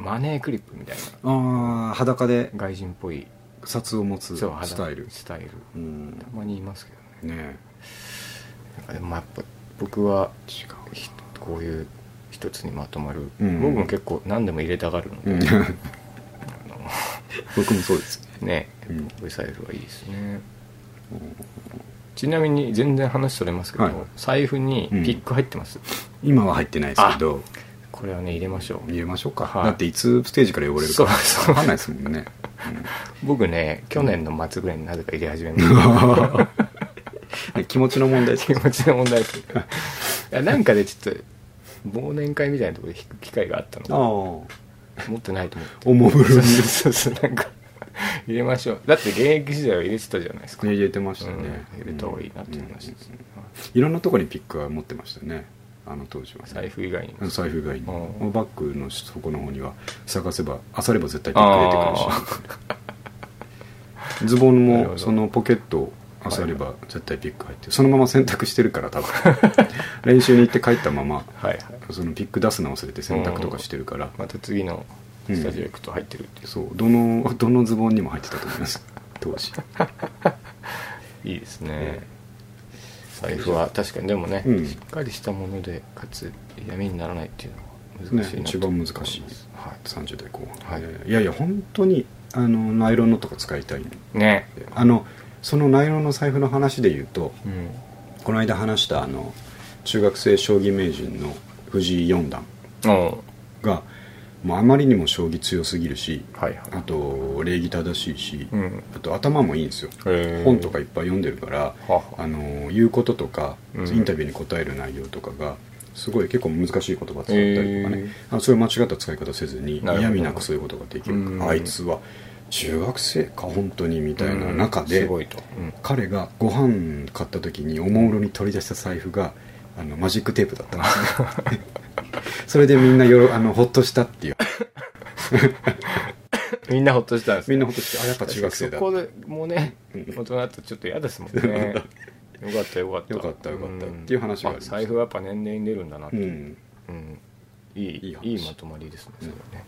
う、マネークリップみたいなああ裸で外人っぽい札を持つそう肌スタイルスタイルうんたまにいますけどねねなんかでもやっぱ僕は違うひこういう一つにまとまる、うん僕も結構何でも入れたがるので、 うん僕もそうですねうんこういうスタイルはいいですねちなみに全然話それますけど、はい財布にピック入ってます、今は入ってないですけどこれはね入れましょう入れましょうか、はいだっていつステージから汚れるかそうそ分うかんないですもんね、僕ね去年の末ぐらいになぜか入れ始めま したうん 気持ちの問題気持ちの問題ですねいやなんかでちょっと忘年会みたいなところで弾く機会があったああのお持ってないと思ってもむろそうにそうそうなんか入れましょうだって現役時代は入れてたじゃないですか、入れてましたうね、ん入れた方がいいなって言いました、うんいろんなとこにピックは持ってましたねあの当時は財布以外にも財布以外に、うバッグの底の方には探せば漁れば絶対ピック出てくるしズボンなるほもどそのポケットを漁れば絶対ピック入ってるそのまま洗濯してるから 多分練習に行って帰ったままはいはいそのピック出すの忘れて洗濯とかしてるから、また次のスタジオ行くと入ってるっていう、そうどのどのズボンにも入ってたと思い ます当時いいですね、え財布は確かにでもね、うんしっかりしたものでかつ嫌味にならないっていうのは難しいねな一と番思難ますしいは30代後半、はいえーいやいや本当にあのナイロンのとか使いたいんでいねあのそのナイロンの財布の話で言うとうんこの間話したあの中学生将棋名人の藤井四段おがもうあまりにも将棋強すぎるしはいはいあと礼儀正しいし、うんあと頭もいいんですよへー本とかいっぱい読んでるからははあの言うこととかイうんンタビューに答える内容とかがすごい結構難しい言葉使ったりとかへねあそういう間違った使い方せずになるほど嫌味なくそういうことができるからうんあいつは中学生か本当にみたいなうん中ですごいと、うん彼がご飯買った時におもむろに取り出した財布があのマジックテープだったん ですねそれでみんなよろあのほっとしたっていうみんなほっとしたんですねみんなほっとしてあやっぱ中学生だそこでもうね大人だとちょっと嫌ですもんね よかったよかったよかったよかったっていう話がありました財布はやっぱ年々出るんだなって、ううんんいいいいいい話まとまりですねそれはね、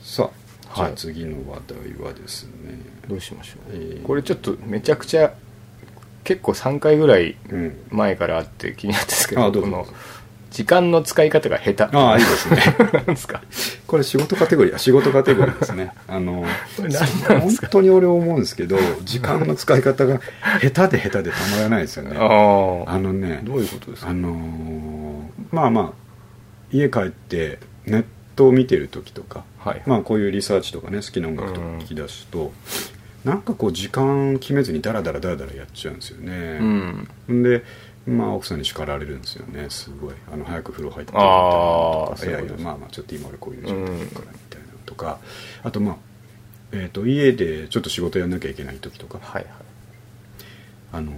さあじゃはあい次の話題はですね、どうしましょう、えーこれちょっとめちゃくちゃ結構3回ぐらいうん前からあって気になったんですけどあどうこぞどうのぞ時間の使い方が下手ああいいですねなんですか これ仕事カテゴリーあ仕事カテゴリーですね あのこれ何なんです本当に俺思うんですけど時間の使い方が下手で下手でたまらないですよねあああのねどういうことですかあのーまあまあ家帰ってネットを見てる時とか、はい、まあ、こういうリサーチとかね好きな音楽とか聞き出すと、なんかこう時間決めずにダラダラダラダラやっちゃうんですようね、んん、で、まあ、奥さんに叱られるんですよねすごいあの早く風呂入ってみたいなあーとかいやいそういうことやですまあまあちょっと今俺こういう状態だからみたいなのとか、あとまあえー、と家でちょっと仕事やんなきゃいけない時とか、はいはいあのや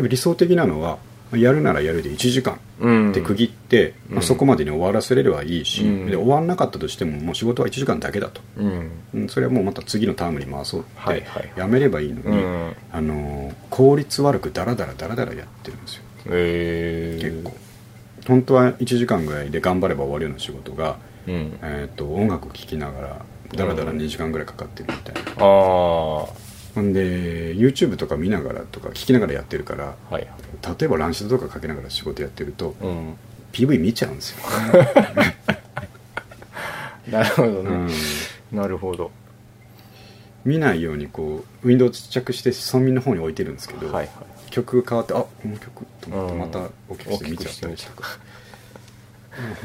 っぱ理想的なのはやるならやるで1時間うんって区切って、うんまあ、そこまでに終わらせれればいいし、うんで終わんなかったとしてももう仕事は1時間だけだと、うんうん、それはもうまた次のタームに回そうって、はいはいやめればいいのうに、んあの効率悪くダラダラダラダラやってるんですよえー結構本当は1時間ぐらいで頑張れば終わるような仕事が、うんえー、と音楽聴きながらダラダラ2時間ぐらいかかってるみたいな、ああはほんで YouTube とか見ながらとか聴きながらやってるからいはい例えば乱視とかかけながら仕事やってると、うん PV 見ちゃうんですよ、なるほどうんね、なるほど見ないようにこうウィンドウちっちゃくして村民の方に置いてるんですけど、はいはい曲変わってあこの曲と思ってうんまた大きくして見ちゃったり大きくして見ちゃう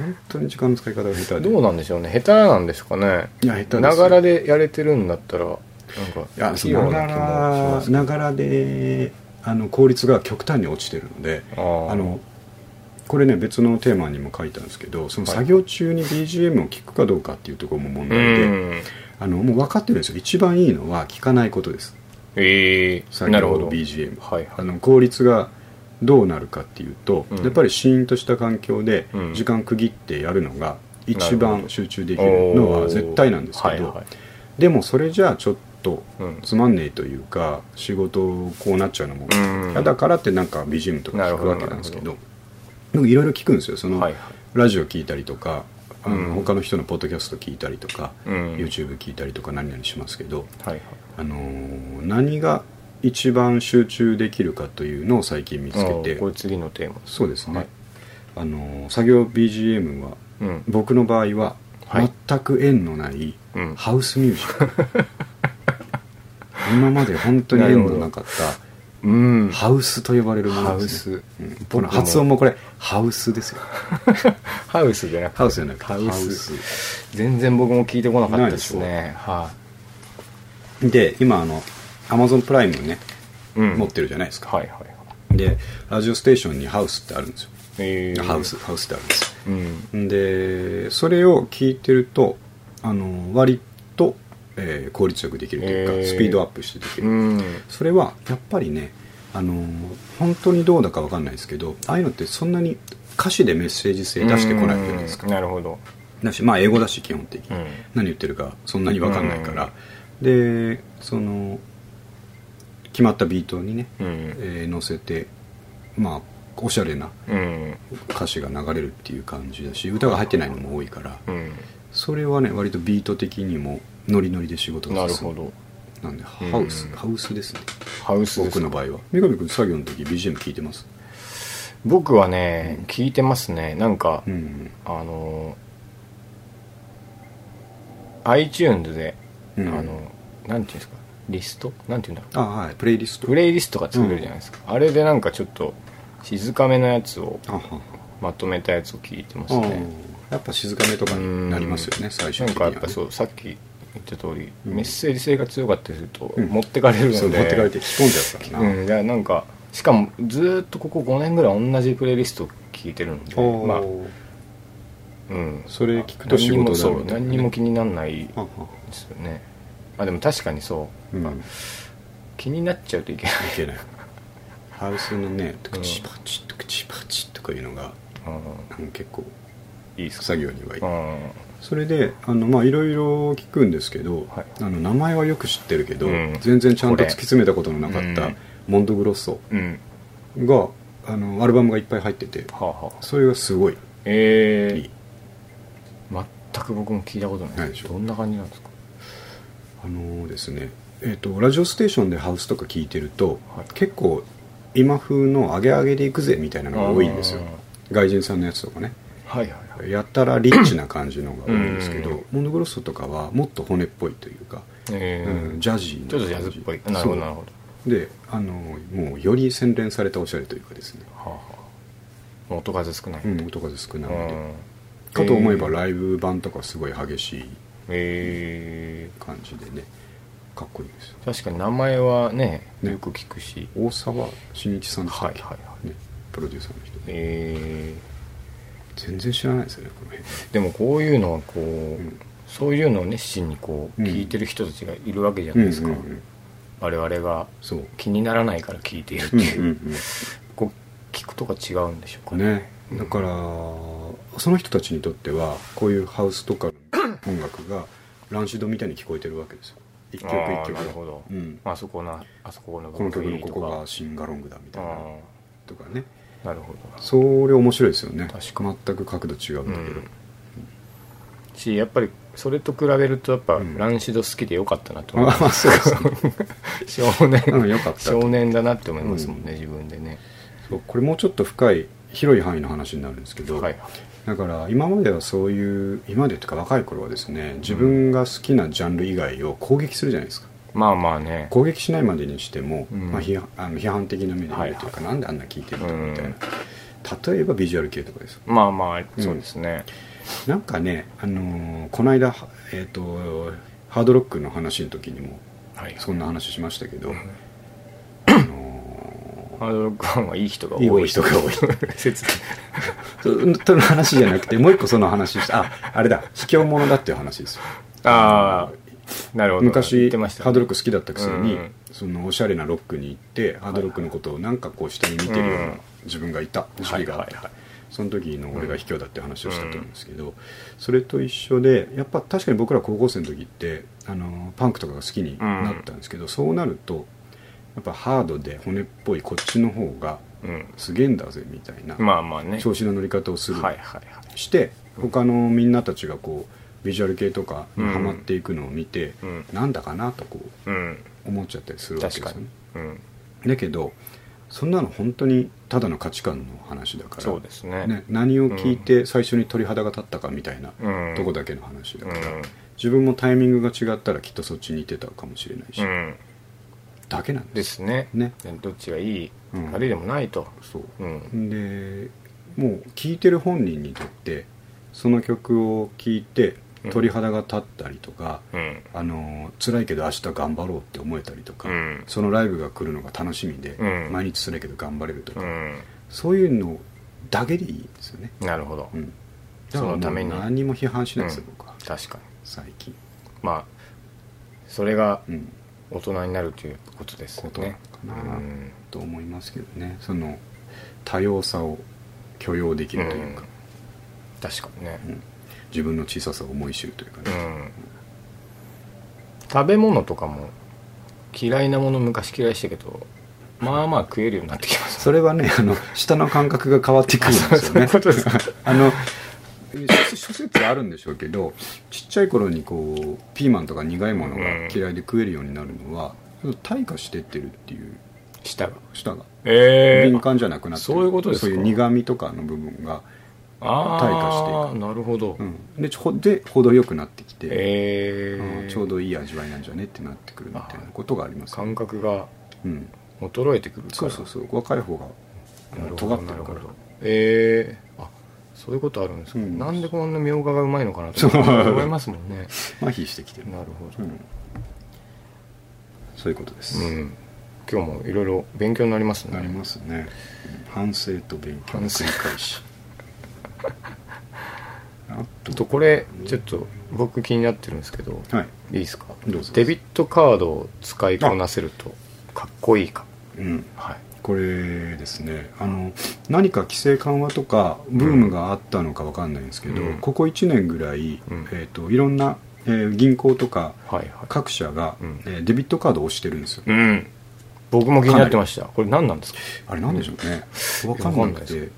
本当に時間の使い方が下手でどうなんでしょうね下手なんでしょうかねいや下手ですよながらでやれてるんだったらなんかいや器そう用ながな気もしまらすけどながらであの効率が極端に落ちてるのであーあのこれね別のテーマにも書いたんですけどそのはい作業中に BGM を聴くかどうかっていうところも問題で、うんあのもう分かってるんですよ一番いいのは聴かないことですえー、作なるほど業 BGM はいはあいの効率がどうなるかっていうと、うんやっぱりシーンとした環境でうん時間区切ってやるのが一なるほ番ど集中できるのは絶対なんですけど、おーはいはいでもそれじゃあちょっとうんつまんねえというか仕事こうなっちゃうのもうん嫌だからってなんか BGM とか聞くわけなんですけなるどなんかいろいろ聞くんですよその、はいはいラジオ聞いたりとかあの、うん他の人のポッドキャスト聞いたりとか、うん YouTube 聞いたりとか何々しますけど、はいはいあのー何が一番集中できるかというのを最近見つけあーてこれ次のテーマですそうですね、はいあのー作業 BGM はうん僕の場合ははい全く縁のないうんハウスミュージック、 今まで本当に縁のなかっうんたハウスと呼ばれるものです、ね、ハウスうんこの発音もこれハウスですよハウスじゃなくてハウスじゃなくてハウス全然僕も聞いてこなかったですないねはで今あのアマゾンプライムね、い、うん持ってるじゃないですか、はいはいはいでラジオステーションにハウスってあるんですよ、えーハウスハウスってあるんですようんでそれを聞いてるとあの割と、えー効率よくできるというか、えースピードアップしてできる、うんそれはやっぱりねあの本当にどうだかわかんないですけどああいうのってそんなに歌詞でメッセージ性出してこないじゃないですかうんなるほどだしまあ英語だし基本的に、うん何言ってるかそんなにわかんないから、でその決まったビートにね、うんえー乗せてまあおしゃれなうん歌詞が流れるっていう感じだし歌が入ってないのも多いからうんそれはね割とビート的にもノリノリで仕事ながる進ほむどなんでハウスうんハウスですねハウスです僕の場合は三上君作業の時 BGM 聞いてます僕はね、聞いてますねなんか、うんあの iTunes で、うんあのなんていうんですかリストなんて言うんだろうあはいプレイリストプレイリストが作れるじゃないですか、あれでなんかちょっと静かめのやつをあはまとめたやつを聞いてますあねやっぱ静かめとかになりますよね最初なん的にかはやねっぱそうさっき言った通り、うんメッセージ性が強かったりするとうん持ってかれるので、そう持ってかれて引き込んじゃうからな、うん、いやなんかしかもずーっとここ5年ぐらい同じプレイリストを聞いてるのでおーまあうんそれ聞くと仕事だろうみたいなね何にもそう何にも気にならないであはすよねあでも確かにそう、うんまあ気になっちゃうといけない、いけないハウスのね「うトクんチパチトクチパチ」とかいうのがうん、うん結構いいですか作業にはいいうんそれであのまあいろいろ聞くんですけど、はいあの名前はよく知ってるけど、うん全然ちゃんと突き詰めたことのなかっこたれモンドグロッソうんがあのアルバムがいっぱい入っててはあはあそれがすごいえいえい全く僕も聞いたことないないでしょどんな感じなんですかあのですねえっとラジオステーションでハウスとか聞いてると、はい結構今風の「アゲアゲでいくぜ」みたいなのが多いんですよ外人さんのやつとかねはいはいはいやったらリッチな感じのが多いんですけど、うんモンドグロッソとかはもっと骨っぽいというか、えうーんジャジーなちょっとジャズっぽいなるほそうどなるほどであのもうより洗練されたおしゃれというかですね、はあはあ元数少ない、うん、音数少ないうので、んかと思えばえーライブ版とかすごい激しいえ感じでねかっこいいですよー確かに名前はねねよく聞くし、大沢慎一さんでしたはっいはいけ、はいね、プロデューサーの人ねえ全然知らないですよねこの辺ーでもこういうのはこう、んそういうのを熱心にこううん聞いてる人たちがいるわけじゃないですか、うんうんうん我々がそう気にならないから聞いているってうんいう,、うんこう聞くとか違うんでしょううかんねねだからその人たちにとってはこういうハウス とかの音楽がランシドみたいに聞こえてるわけですよ一曲あ一ー曲なるほど、うん、あそこなあそこのこの曲のいいとこかこがシンガロングだみたいなあとかねーなるほどそれ面白いですよね確全く角度違うんだけど、うんしやっぱりそれと比べるとやっぱ、うんランシド好きでよかったなと思 いあままあすそうですね少年、うんよかった少年だなって思いますもんね、自分でねそうこれもうちょっと深い広い範囲の話になるんですけど、はいだから今まではそういう今までというか若い頃はですね自分が好きなジャンル以外を攻撃するじゃないですかまあまあね攻撃しないまでにしても、うんまあ、批判あの批判的な目で見るというか、はいなんであんな聞いてるんだうんみたいな、例えばビジュアル系とかですまあまあそうですね、なんかね、あのーこの間、えー、とハードロックの話の時にもはいそんな話しましたけど、んあのハードロックファンはいい人が多いいい人が多い説ーとの話じゃなくてもう一個その話したああれだ卑怯者だっていう話ですよああなるほど言昔、ってましたねハードロック好きだったくせに、うんそのおしゃれなロックに行ってハードロックのことをなんかこう下に見てるよううなん自分がいた時期があっはいた、はいはいその時の俺が卑怯だって話をしたと思うんですけど、それと一緒でやっぱ確かに僕ら高校生の時ってあのパンクとかが好きになったんですけど、そうなるとやっぱハードで骨っぽいこっちの方がうんすげえんだぜみたいな、まあまあね調子の乗り方をする、はいはいはいして他のみんなたちがこうビジュアル系とかにハマっていくのを見て、うんなんだかなとこううん思っちゃったりするわけ確ですよかねにうんだけどそんなの本当にただの価値観の話だからそうですねね、何を聞いて最初に鳥肌が立ったかみたいなうんとこだけの話だうから、ん自分もタイミングが違ったらきっとそっちにいてたかもしれないし、うんだけなんでですすねねどっちがいい、うん悪いでもないとそううんでもう聴いてる本人にとってその曲を聴いて鳥肌が立ったりとか、うんあの辛いけど明日頑張ろうって思えたりとか、うんそのライブが来るのが楽しみで、うん毎日辛いけど頑張れるとか、うんそういうのだけでいいですよね、なるほど、うん、そのためにだからもう何も批判しないですよ、うん僕は確かに最近、まあそれがうん、大人になるということですよことなのねかな、うんと思いますけどねその多様さを許容できるというか、うん確かにねうん自分の小ささを思い知るというかうん、ね、食べ物とかも嫌いなもの昔嫌いしたけどまあまあ食えるようになって きましたそれはねあの舌の感覚が変わってくるんですよねあそうそういうことですあの諸諸説はあるんでしょうけどちっちゃい頃にこうピーマンとか苦いものが嫌いで食えるようになるのは、退化してってるっていう舌が舌がええ敏感じゃなくなってるそういうことですかそういう苦味とかの部分があ退化していくあなるほど、うん、でちょで程よくなってきて、えうーんちょうどいい味わいなんじゃねってなってくるみたいなことがあります、感覚がうん、衰えてくるからそうそうそう若い方がなるほ尖どってるからなるほどええあそういうことあるんですか、うんなんでこんなみょうががうまいのかなと思そう思いますもんね麻痺してきてる、なるほうどん、そういうことです、うん、今日もいろいろ勉強になりますねなりますね、うん反省と勉強の繰り返しあちょっとこれちょっと僕気になってるんですけどとはい、いいですかどうぞデビットカードを使いこなせるとかっこいいかうん、はいこれですねあの何か規制緩和とかブームがあったのかわかんないんですけど、うんここ1年ぐらい、うんえー、といろんな、えー銀行とかはいはい各社が、うんえーデビットカードを押してるんですよ、うん僕も気になってましたこれ何なんですかあれなんでしょうね、わわかんなくて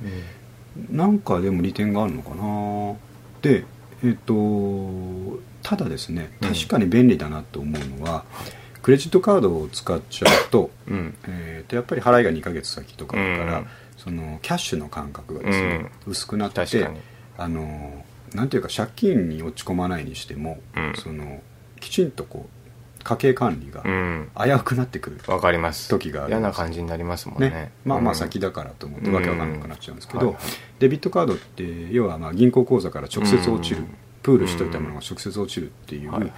なんかでも利点があるのかなでえっ、とただですねうん確かに便利だなと思うのは、クレジットカードを使っちゃうと,、うんえーとやっぱり払いが2ヶ月先とかだから、うんそのキャッシュの感覚がですね、薄くなって確かにあのなんていうか借金に落ち込まないにしても、うんそのきちんとこう家計管理がうん危うくなってくる、わかります時がある嫌な感じになりますもんねねまあまあうん先だからと思ってうんわけわかんなくなっちゃうんですけど、はいはいデビットカードって要はまあ銀行口座から直接落ちる、うんプールしといたものが直接落ちるっていう、はいはい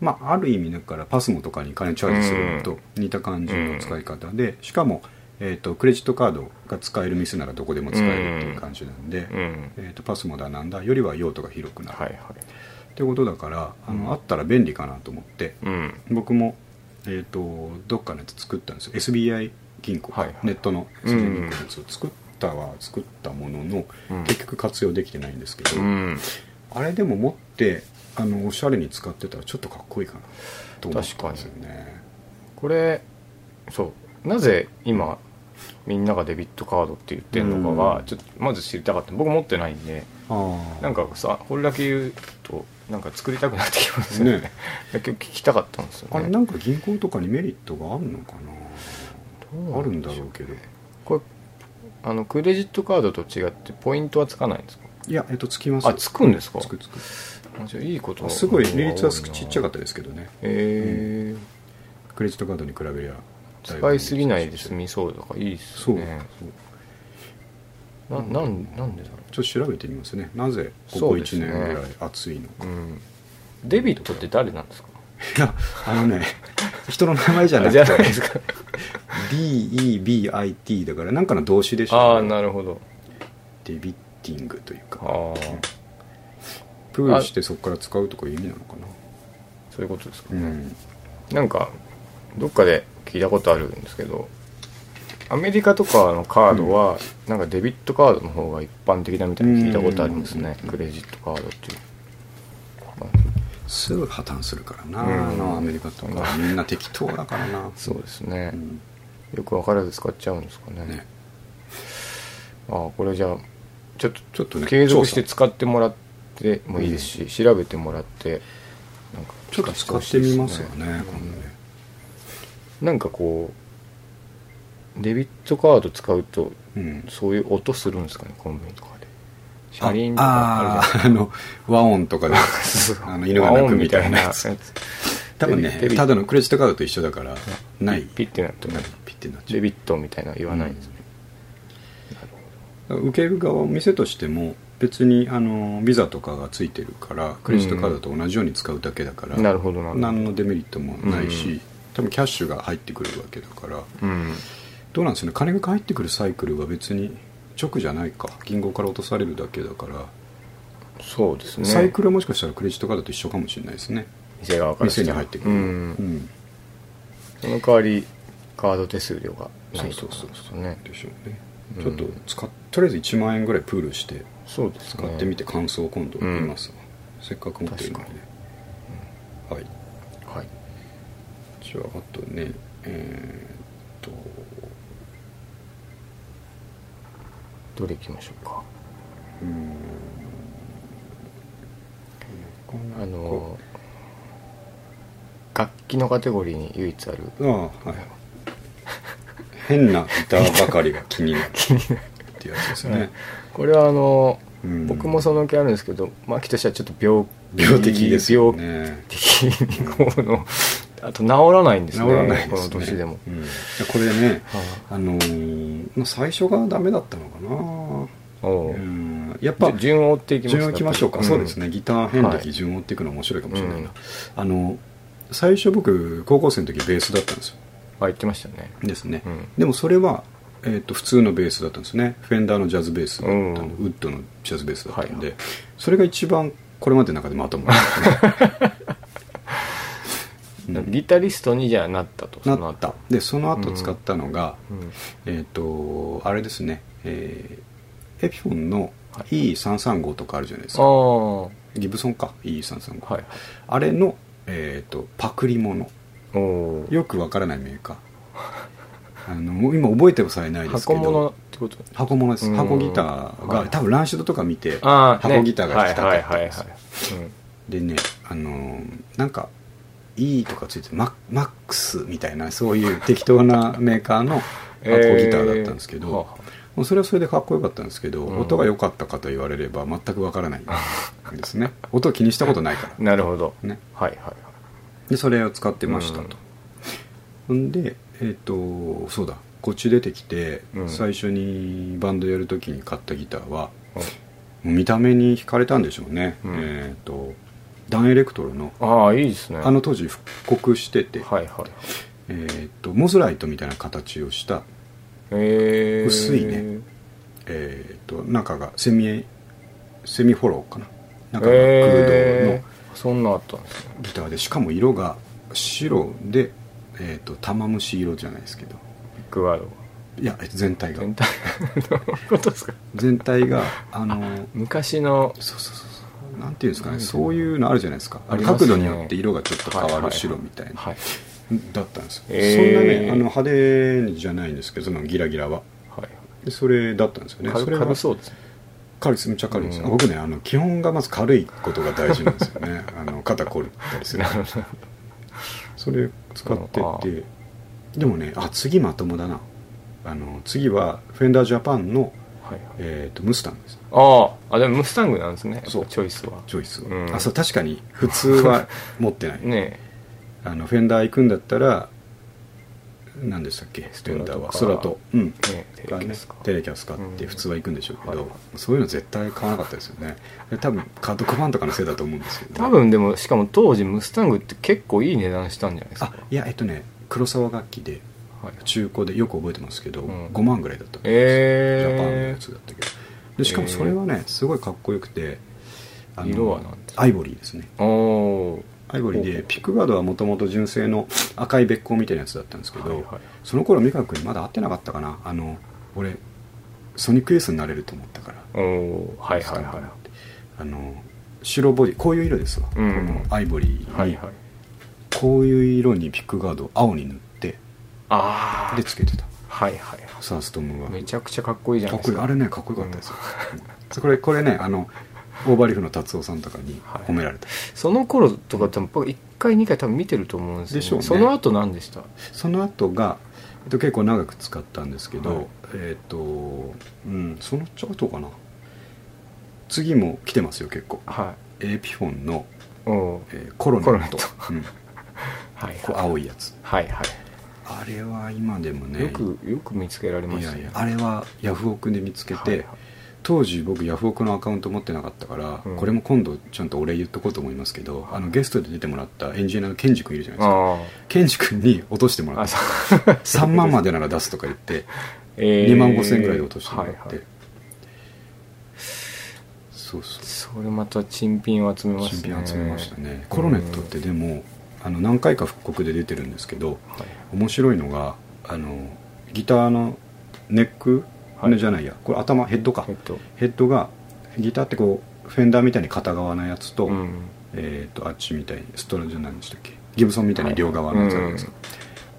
まあ、ある意味だからパスモとかに金チャージするのと似た感じの使い方で、しかも、えー、とクレジットカードが使える店ならどこでも使えるっていう感じなんで、うんえー、とパスモだなんだよりは用途が広くなる、はいはいってことだからあのあったら便利かなと思ってうん僕も、えー、とどっかのやつ作ったんですよ SBI 銀行、はいはいネットのうん SBI 銀行のやつを作ったは作ったものの、うん結局活用できてないんですけど、うんあれでも持ってあのおしゃれに使ってたらちょっとかっこいいかなと思ったんですよねこれそうなぜ今みんながデビットカードって言ってるのかうはんちょっとまず知りたかった僕持ってないんでああなんかさこれだけ言うとなんか作りたくなってきますよねね 結局聞きたかったんですよあれねなんか銀行とかにメリットがあるのかなあるんだろうけどこれあのクレジットカードと違ってポイントはつかないんですかいやえっとつきますあつくんですかつくつくあじゃあいいことすごい利率はちっちゃかっったですけどねたえークレジットカードに比べりゃだぶ使いすぎないで済みそうだからいいっすそう、ねそうななんなんでだろちょっと調べてみますねなぜここそうです1ね年ぐらい暑いの か、う、うん、デビットって誰なんですかいやあの ね人の名前じゃなあくじてゃないですか DEBIT だからなんかの動詞でしあ ょあなるほどデビッティングというああかプールしてそこから使うとかいう意味なのかなそういうことですかうね、んなんかどっかで聞いたことあるんですけどアメリカとかのカードは、なんかデビットカードの方が一般的だみたいに聞いたことありますね、クレジットカードっていう、まあすぐ破綻するからな、うんあのアメリカとかみんな適当だからな そうですね、うんよく分からず使っちゃうんですかねねああこれじゃあちょっとちょっとね継続して使ってもらってもいいですし、調べてもらってなんかちょっと使ってみますよねうん今度ねなんかこうデビットカード使うとうんそういう音するんですかねコンビニとかで車輪とかああるーあの和音と かでじゃんあの犬が鳴くみたいなやつ和音み多分ねデビただのクレジットカードと一緒だからないピッてなってないピッてなっちゃデうビットみたいなの言わないんですね、なるほ受ける側お店としても別にあのビザとかがついてるからクレジットカードと同じように使うだけだから、どなるほどなるほど何のデメリットもないし、うん多分キャッシュが入ってくるわけだからうんどうなんですよね金が返ってくるサイクルは別に直じゃないか銀行から落とされるだけだから、そうですねサイクルはもしかしたらクレジットカードと一緒かもしれないですね店側からし店にたら入ってくる、うんうんその代わりカード手数料がないそうそうそうねでしょうね、うんちょっと使っとりあえず1万円ぐらいプールしてそうです使ってみて感想を今度見ますわ、せっかく持ってるので、ね確はいはいじゃああとねえーっとどれ行きましょうかうーんあの楽器のカテゴリーに唯一あるああはい 変なギターばかりが気になるってやつですね、これはあのうん僕もその気あるんですけど牧としてはちょっと病病的ですよね的にこのあと治らないんです治ねらないですねこの年でも、うんいやこれねはあのーまあ最初がダメだったのかあおうなうんやっじぱゃ順を追っていきます順をいきましょうか、そうですねねギター遍は歴い順を追っていくの面白いかもしれないな、うんあの最初僕高校生の時ベースだったんですよあ言ってましたねですね、うんでもそれは、えー、と普通のベースだったんですねフェンダーのジャズベースだったの、うんウッドのジャズベースだったんで、はいそれが一番これまでの中でまともだったねうんギタリストにじゃあ なったとなったでその後使ったのが、うんえっ、とあれですね、えーエピフォンの E335 とかあるじゃないですあか、あはギブソンか E335、いあれの、えー、とパクリものおおよくわからないメーカーあのもう今覚えてもさえないですけ箱ど物ってこと箱物ですうん箱ギターが、はい多分ランシュドとか見てああ、ね箱ギターが来たかはいったはんいはいですはよい、うんでねあのーなんか E とかついてママックスみたいなそういう適当なメーカー の箱ギターだったんですけえーはどあ、もうそれはそれでかっこよかったんですけど、うん音が良かったかと言われれば全くわからないんです ね音を気にしたことないかなるほど、らねはいはいはいでそれを使ってましたと、ほんでえっ、とそうだこっち出てきて、うん最初にバンドやるときに買ったギターはうんもう見た目に惹かれたんでしょうね、うんえっ、とダンエレクトロのああいいですねあの当時復刻してて、はいはいえー、とモズライトみたいな形をした、えー、薄いねえー、と中がセミセミフォローかな中が空洞のえー、そんなあったんですねギターでしかも色が白で、えー、と玉虫色じゃないですけどビッグワードはいや全体が全体 どういうことですか全体があ の昔のそうそうそうそうなんていうんですかねなんていうのそういうのあるじゃないですかあれありますね角度によって色がちょっと変わる白みたいな、はいだったんですよ、えそーんなねあの派手じゃないんですけどそのギラギラははい、はいでそれだったんですよね軽それは軽そうですね軽いですめっちゃ軽いです、うんあ僕ねあの基本がまず軽いことが大事なんですよ ねあの肩凝ったりするなるほどそれ使ってあーてでもねあ次まともだなあの次はフェンダージャパンの、はいはいえー、とムスタンですあああでもムスタングなんですねそうチョイスはチョイスは、うんあそう確かに普通は持ってない、ねあのフェンダー行くんだったら何でしたっけフェンダーはストラ空トかと、うん、えねえテレキャスかテレキャス買ってうん普通は行くんでしょうけど、はいそういうの絶対買わなかったですよねで多分カードコマンとかのせいだと思うんですけど、多分でもしかも当時ムスタングって結構いい値段したんじゃないですかあいやえっとね黒沢楽器ではい、中古でよく覚えてますけど、うん5万ぐらいだったんですジャパンのやえつだったけどでしかもそれはねすごいかっこよくてあの色は何ですかアイボリーですねー、おおアイボリーほうでほうピックガードはもともと純正の赤いべっ甲みたいなやつだったんですけど、はいはいその頃美香君にまだ会ってなかったかなあの俺ソニックエースになれると思ったからおおはいはいはいあの白ボディこういう色ですわ、うんこのアイボリーはいにはいこういう色にピックガードを青に塗ってああでつけてたはいはいはサーストムーはいめちゃくちゃかっこいいじゃなかいっこいですいかあれねかっこよかったですよ、これこれねあのオーバーリーフの達夫さんとかにはい褒められた、その頃とか多分僕1回2回多分見てると思うんですよ、でしょうねその後何でしたその後がえっと結構長く使ったんですけど、はいえっ、とうんそのちょっとかな次も来てますよ結構はエピフォンの、いおおえーコロネコロネッットトうんはいこうはい青いやつはいはあれは今でもい、ねよくよく見つけられまいしたやねいやあれはヤフオクで見つけて、はいはい当時僕ヤフオクのアカウント持ってなかったから、うんこれも今度ちゃんとお礼言っとこうと思いますけど、あのゲストで出てもらったエンジニアのケンジ君いるじゃないですかあケンジ君に落としてもあらあっ たそう3万までなら出すとか言ってえ2万5千円ぐらいで落としてもらって、はいはい、そうそうそれまた珍品を集めまし新たね品集めましたね、コロネットってでもあの何回か復刻で出てるんですけどはい面白いのがあのギターのネック、はいじゃないやこれ頭ヘッドかえっとヘッドがギターってこうフェンダーみたいに片側のやつと,、うんえー、とあっちみたいにストラジオなんでしたっけギブソンみたいに両側のやつあるじゃないですか、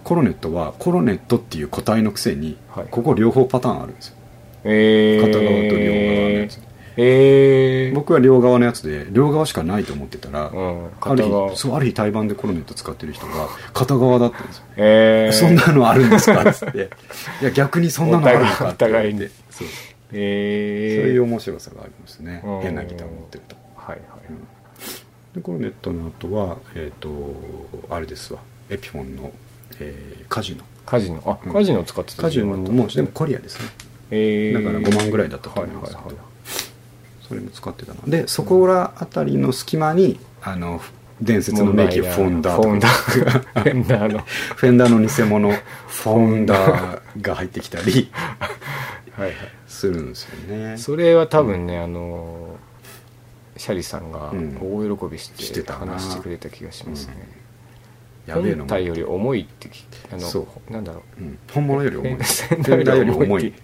コロネットはコロネットっていう個体のくせに、はいここ両方パターンあるんですよえー、片側と両側のやつえー、僕は両側のやつで両側しかないと思ってたら、うん、ある片側日そうある日対バンでコロネット使ってる人が片側だったんですよえー、 そんなのあるんですかっつっていや逆にそんなのあるのかおって互いお互いにそうえそういうよ面白さがありますねうん変なギターを持ってると、はいはい、うんでこのネットの後はえっ、とあれですわエピフォンの、えーカジノカジノあ、うんカジノ使ってたカジノもででももコリアですねえだー、から5万ぐらいだったと思いますけど、はいはいはいそれも使ってたなでそこらあたりの隙間にあの伝説の名機フォンダーとフ ォンダかーフォンダーのフェンダーの偽物フォンダーが入ってきたりはいはいするんですよねそれは多分ね、あのシャリさんがうん大喜びししててたな話してくれた気がしますね、やべえの本も体より重いってきあのそなんだろううん本物より重 いフフェェンンダダーーよよりり重重いいうん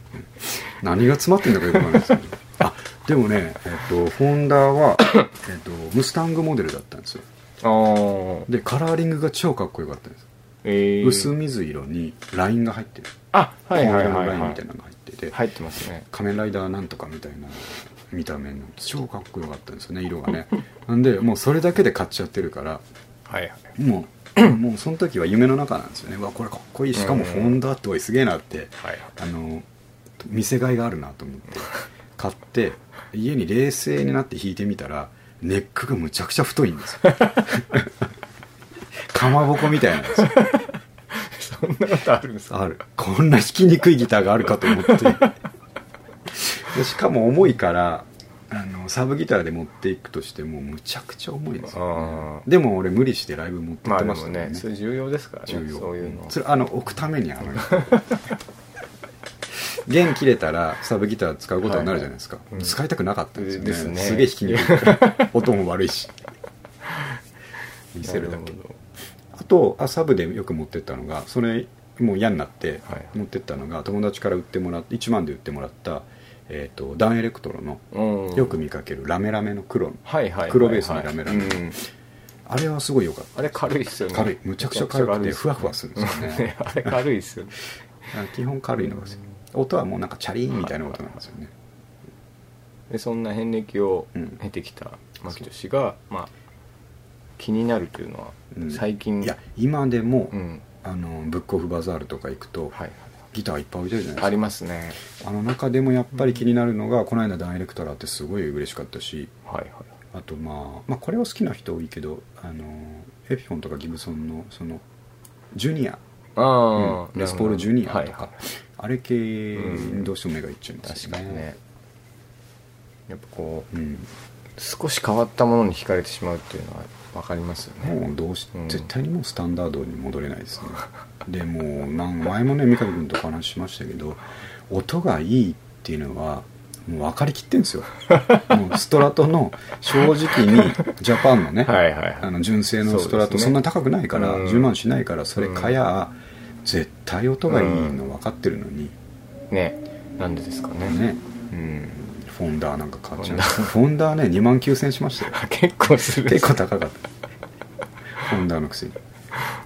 何が詰まってんだかよくわかんない ですけどあでもね、えっとフォンダーは、 えっと、ムスタングモデルだったんですよああでカラーリングが超かっこよかったんですえー、薄水色にラインが入ってるあはいはい黄は色のラいインはみたいいなのが入ってて、入ってますね仮面ライダーなんとかみたいな見た目の超かっこよかったんですよね色がねなんでもうそれだけで買っちゃってるからはいはいもう もうその時は夢の中なんですよねうわこれかっこいいしかもうんフォンダっておいすげえなってはいあの見せがいがあるなと思って買って家に冷静になって弾いてみたらネックがむちゃくちゃ太いんです よかまぼこみたいなんですよそんなことあるんです かあるこんな弾きにくいギターがあるかと思ってでしかも重いからあのサブギターで持っていくとしてもむちゃくちゃ重いんですよ、ねあ、でも俺無理してライブ持ってまっあてでましもたねそれ重要ですからね重要そういうのそれあの置くためにあの 弦切れたらサブギター使うことになるじゃないですか、いはいうん使いたくなかったんですよねですねげえ弾きにくい音も悪いし見せるだけなほどあとあサブでよく持ってったのがそれもう嫌になってはい持ってったのが友達から売ってもらって1万で売ってもらった、えー、とダンエレクトロのうんよく見かけるラメラメの黒のはいはいはいはい黒ベースにラメラメうんあれはすごい良かったあれ軽いっすよね軽いむちゃくちゃ軽くてふわふわするんですよねね あれ軽いっすよねあ基本軽いのが好き音はもうなんかチャリーンみたいな音なんですよねでそんな遍歴をうん経てきた牧女氏が、まあ、気になるというのはうん最近、うん、いや今でも、うんあのブックオフバザールとか行くと、はい、ギターいっぱい置いてるじゃないですかありますねあの中でもやっぱり気になるのが、この間ダンエレクトラーってすごい嬉しかったしはいはいあと、まあ、まあこれは好きな人多いけどあのエピフォンとかギブソンのそのジュニアああ、レスポールジュニアとか、はいはいあれ系にどうしても目がいっちゃいます確よかにねやっぱこううん少し変わったものに惹かれてしまうっていうのは分かりますよねもうどうし、うん絶対にもうスタンダードに戻れないですね でもうなん前もね三上君とお話ししましたけど音がいいっていうのはもう分かりきってん ですよもうストラトの正直にジャパンのね、はいはいはいあの純正のストラそうトでそ,、すねんな高くないから、うん10万しないからそれかや、絶対音がいいの分かってるのに、ねなんでですかねねうん フォンダーなんか買っちゃうフォンダーフォンダーね2万9000しましたよあ結構す る結構高かったホンダのくせに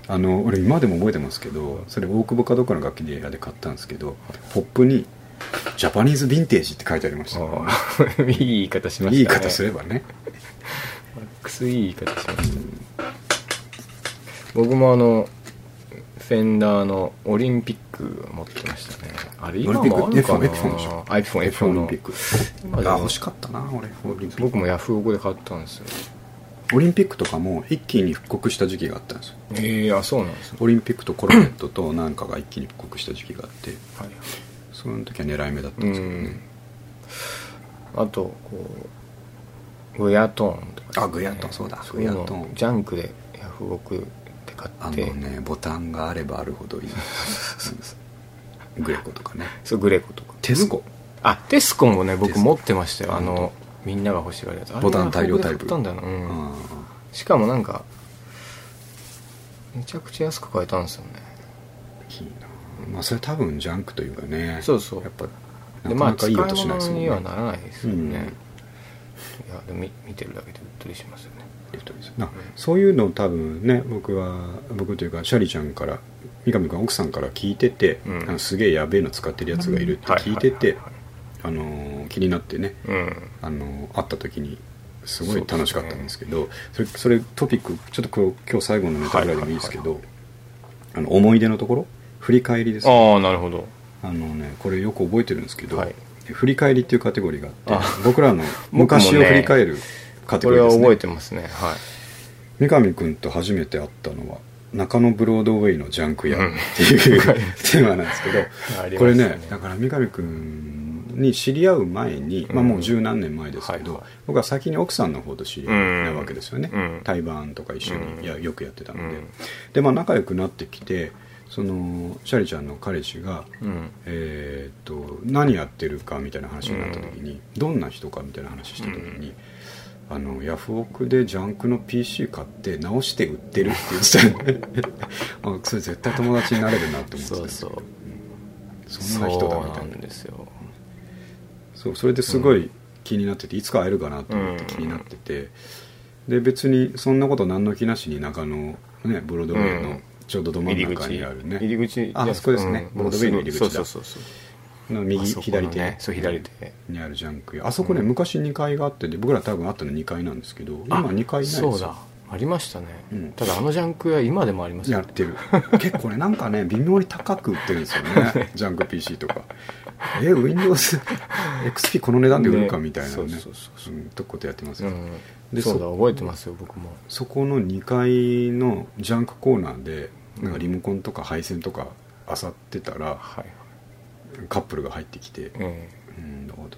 あの俺今でも覚えてますけどそれ大久保かどっかの楽器で屋で買ったんですけどポップに「ジャパニーズヴィンテージ」って書いてありましたあー いい言い方しましたねいい言い方すればねマックスいい言い方しましたね僕もあのフェンダーのオリンピック持ってましたねあれ今オリンピッもクあるかな F1 F1 でしょ iPhone F1 オリのンピック今でもあ欲しかったな俺オリンピック僕もヤフオクで買ったんですよオリンピックとかも一気に復刻した時期があったんですよええあそうなんですねオリンピックとコロネットとなんかが一気に復刻した時期があってはいその時は狙い目だったんうですけどねんあとこうグヤトーンとかですねあグヤトーンそうだそういうのグヤトーンジャンクでヤフオクで買あっのてねボタンがあればあるほ どいいうんグレコとかねそうグレコとかテスコあテスコもねテ僕スコ持ってましたよあなるのほみんなが欲しがるやつボタン大量タイプあれヤフオクで買ったんだよな、うあんしかもなんかめちゃくちゃ安く買えたんですよねーいいなまあそれ多分ジャンクというかねそうそうやっぱなでまかなかあ使いいい音しないですも物んにねはならないですようんね、いやでもみ見てるだけでうっとりしますよねなそういうのを多分ね僕は僕というかシャリちゃんから三上君奥さんから聞いてて、うんあのすげえやべえの使ってるやつがいるって聞いててはあのー気になってねいはいはいはいうんあの会った時にすごい楽しかったんですけどそれそれトピックちょっとこう今日最後のネタぐらいでもいいですけど、あの思い出のところ振り返りですねああなるほどあのねこれよく覚えてるんですけど、はい振り返りっていうカテゴリーがあってあ僕らの僕もね昔を振り返るカテこゴリれーはですね覚えてますねはい三上君と初めて会ったのは中野ブロードウェイのジャンク屋っていう、テーマなんですけどありましたねこれねだから三上君に知り合う前に、まあ、もう十何年前ですけど、はいはい僕は先に奥さんの方と知り合いなわけですよね、うん対バンとか一緒に、うんいやよくやってたので、うんで、まあ、仲良くなってきてそのシャリちゃんの彼氏がうんえー、と何やってるかみたいな話になった時に、どんな人かみたいな話した時に、あのヤフオクでジャンクの PC 買って直して売ってるって言ってたよね あそれ絶対友達になれるなって思ってたそんうですそようそんな人だみそうたないんなですよそうそれですごい気になってて、いつか会えるかなと思って気になってて、で別にそんなこと何の気なしに中野、ね、ブロードウェイうのんちょうどど真入りん中に口あるね、入り口ああそこですねうブんロードウェイの入り口だそうそうそうそうのあ右そこの左手ねそう左手にあるジャンク屋あそこね、昔2階があってで僕ら多分あったの2階なんですけど今あ2階ないですそうだよありましたね、うんただあのジャンク屋今でもありますやよっ、 てる結構ねなんかね微妙に高く売ってるんですよねジャンク PC とかえ WindowsXP この値段で売るかねみたいなねそうそうそううんとことやってますうよ、ん、でそうだそ覚えてますよ僕もそこの2階のジャンクコーナーでなんかリモコンとか配線とか漁ってたらはいカップルが入ってきてえうんどうだろう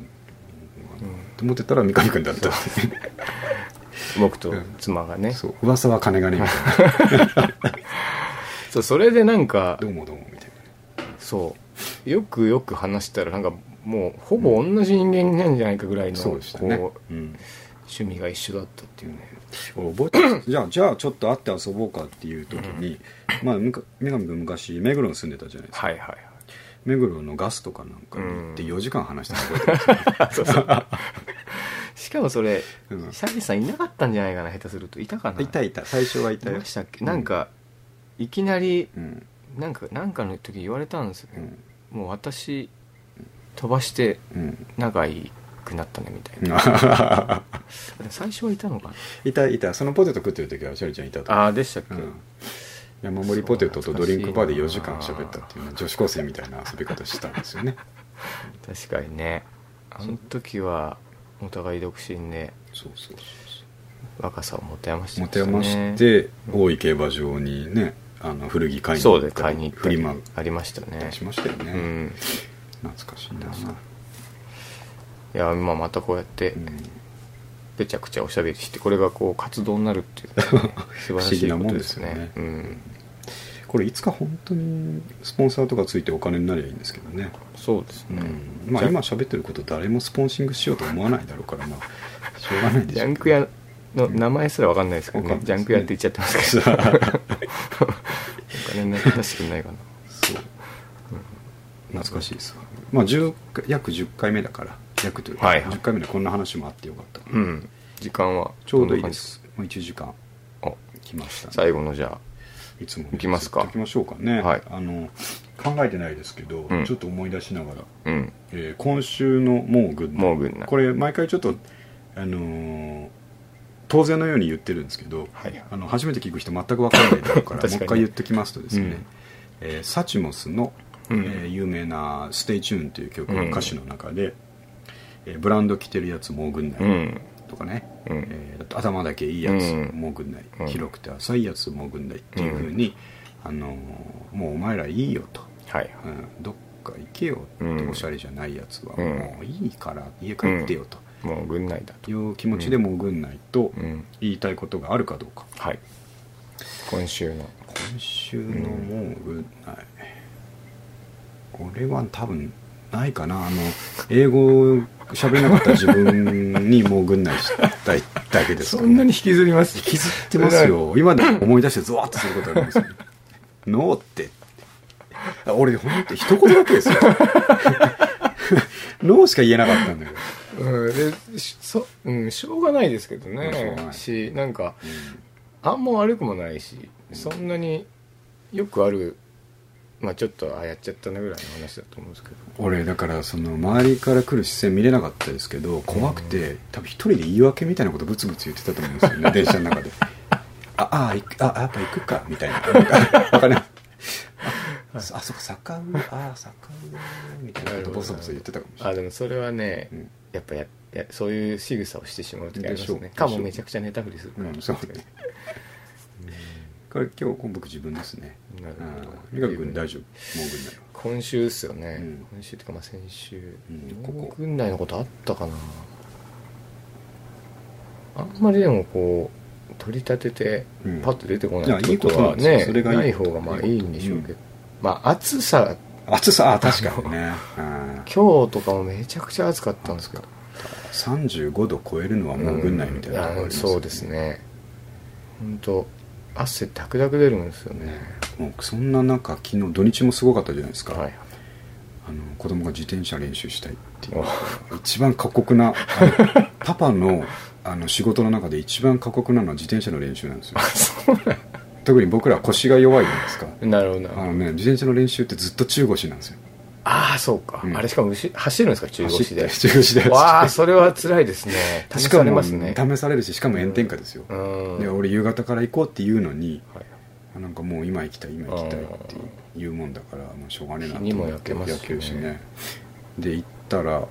えうなんと思ってたら三上君だったっていう僕と妻がね、そう噂は金がねみたいなそうそれでなんかどうもどうもみたいなそうよくよく話したらなんかもうほぼ同じ人間なんじゃないかぐらいの、そうでしたねこう、うん、趣味が一緒だったっていうね覚えてじ ゃあじゃあちょっと会って遊ぼうかっていう時に、まあむか女神君昔目黒に住んでたじゃないですかはいはい目黒のガスとかなんかに行ってうん4時間話したの覚えてます、ね、はいそうそうしかもそれうんシャリさんいなかったんじゃないかな下手するといたか ないたいた最初はいたいよましたっけなんか、いきなりうんなんかなんかの時言われたんですようね、んもう私飛ばしてうん仲良くなったねみたいな、 でも最初はいたのかないたいたそのポテト食ってる時はシャリちゃんいたとああでしたっけ、うん山盛りポテトとドリンクバーで4時間喋ったっていうね女子高生みたいな遊び方してたんですよね確かにねあの時はお互い独身でそうそうそうそう若さを持て余して持ましたてね余して大井競馬場にねあの古着買いにそう行でった買いりに行ったフりリマありましたねしましたよね、うん懐かしいな、いや今またこうやってぺちゃくちゃおしゃべりしてこれがこう活動になるって いうね、素晴らし不思議いことですねなもんですよねうん、これいつか本当にスポンサーとかついてお金になりゃいいんですけどね、そうですうね、んまあじゃ今喋ってること誰もスポンシングしようと思わないだろうからまあしょうがないでしジょャうンけクど屋の名前すらわかんないですけど、わねかんジないャでンすクね屋って言っちゃって ますけどお金にな出してくんないかなそう懐かしいですわまあ10回約10回目だから約というか、はいはい10回目でこんな話もあってよかった、うん時間はちょうどいいですもう1時間どんな感来ましたじあね最後のじゃいつも行きますか行きましょうかね、はいあの考えてないですけど、うんちょっと思い出しながら、あうんえー今週の「もうグッドもうグッドナイトこれ毎回ちょっと、あのー当然のように言ってるんですけど、はいあの初めて聞く人全く分からないだろうからも 確かにねう一回言ってきますとですね、うんえーサチモスの、うんえー有名な「Stay Tuned」という曲の歌詞の中で、えーブランド着てるやつもうグッうドナイんト」とかね、うんえーだって頭だけいいやつ、うんもうぐんない、うん広くて浅いやつもうぐんないっていうふうに、あのーもうお前らいいよと、はいはいうん、どっか行けよって、うんおしゃれじゃないやつは、うんもういいから家帰ってよと、もう軍内だという気持ちでもうぐんないとうん言いたいことがあるかどうか、はい今週の今週のもうぐんない俺は多分ないかなあの英語喋れなかった自分にもうぐんないしたいだけです そからねんなに引きずります引引きずってますよ今でも思い出してゾワッとすることありますよ ノーってあ俺ほんと一言だけですよ ノーしか言えなかったんだけどうんでしそうんしょうがないですけどうんしょうねがないしなんかあんま悪くもないしそんなによくあるまあちょっとあやっちゃったなぐらいの話だと思うんですけど俺だからその周りから来る視線見れなかったですけど怖くて多分一人で言い訳みたいなことブツブツ言ってたと思うんですよね 電車の中でああ行くあやっぱ行くかみたいななんかわかんないああそうか坂上ああ坂上みたいなことボソボソ言ってたかもしれあないでもそれはね、うんやっぱややそういう仕草をしてしまう時ありまでしょすうでねしょうかもめちゃくちゃネタフリするから、うんそうねこれ今日今僕自分ですねなるほどうん美香君大丈夫モーグルなら今週ですよね、うん今週っていうかまあ先週うんここここ軍内のことあったかなあんまりでもこう取り立ててうんパッと出てこいなやいってこといいことなはんですよね、それがいいない方がまあいいんでしょうけど、まあ暑さ暑さあ確かにねうん今日とかもめちゃくちゃ暑かったんですけど35度超えるのはもう軍内みたいなとこありうんますよそうですね本当汗ダクダク出るんですよねねもうそんな中昨日土日もすごかったじゃないですか、はい あの子供が自転車練習したいっていう一番過酷なあのパパのあの仕事の中で一番過酷なのは自転車の練習なんですよ特に僕らは腰が弱いじゃないですかなるほどなるほあどの、ね、自転車の練習ってずっと中腰なんですよああそうか、うんあれしかも後ろ走るんですか中腰で 走って中腰でわあそれは辛いで すね試しさかれもますね試されるししかも炎天下ですよ、うんで俺夕方から行こうって言うのにはいあなんかもう今行きたい今行きたいっていうもんだからもうしょうがねえな日にも思っ焼けますしね焼るしねで行ったら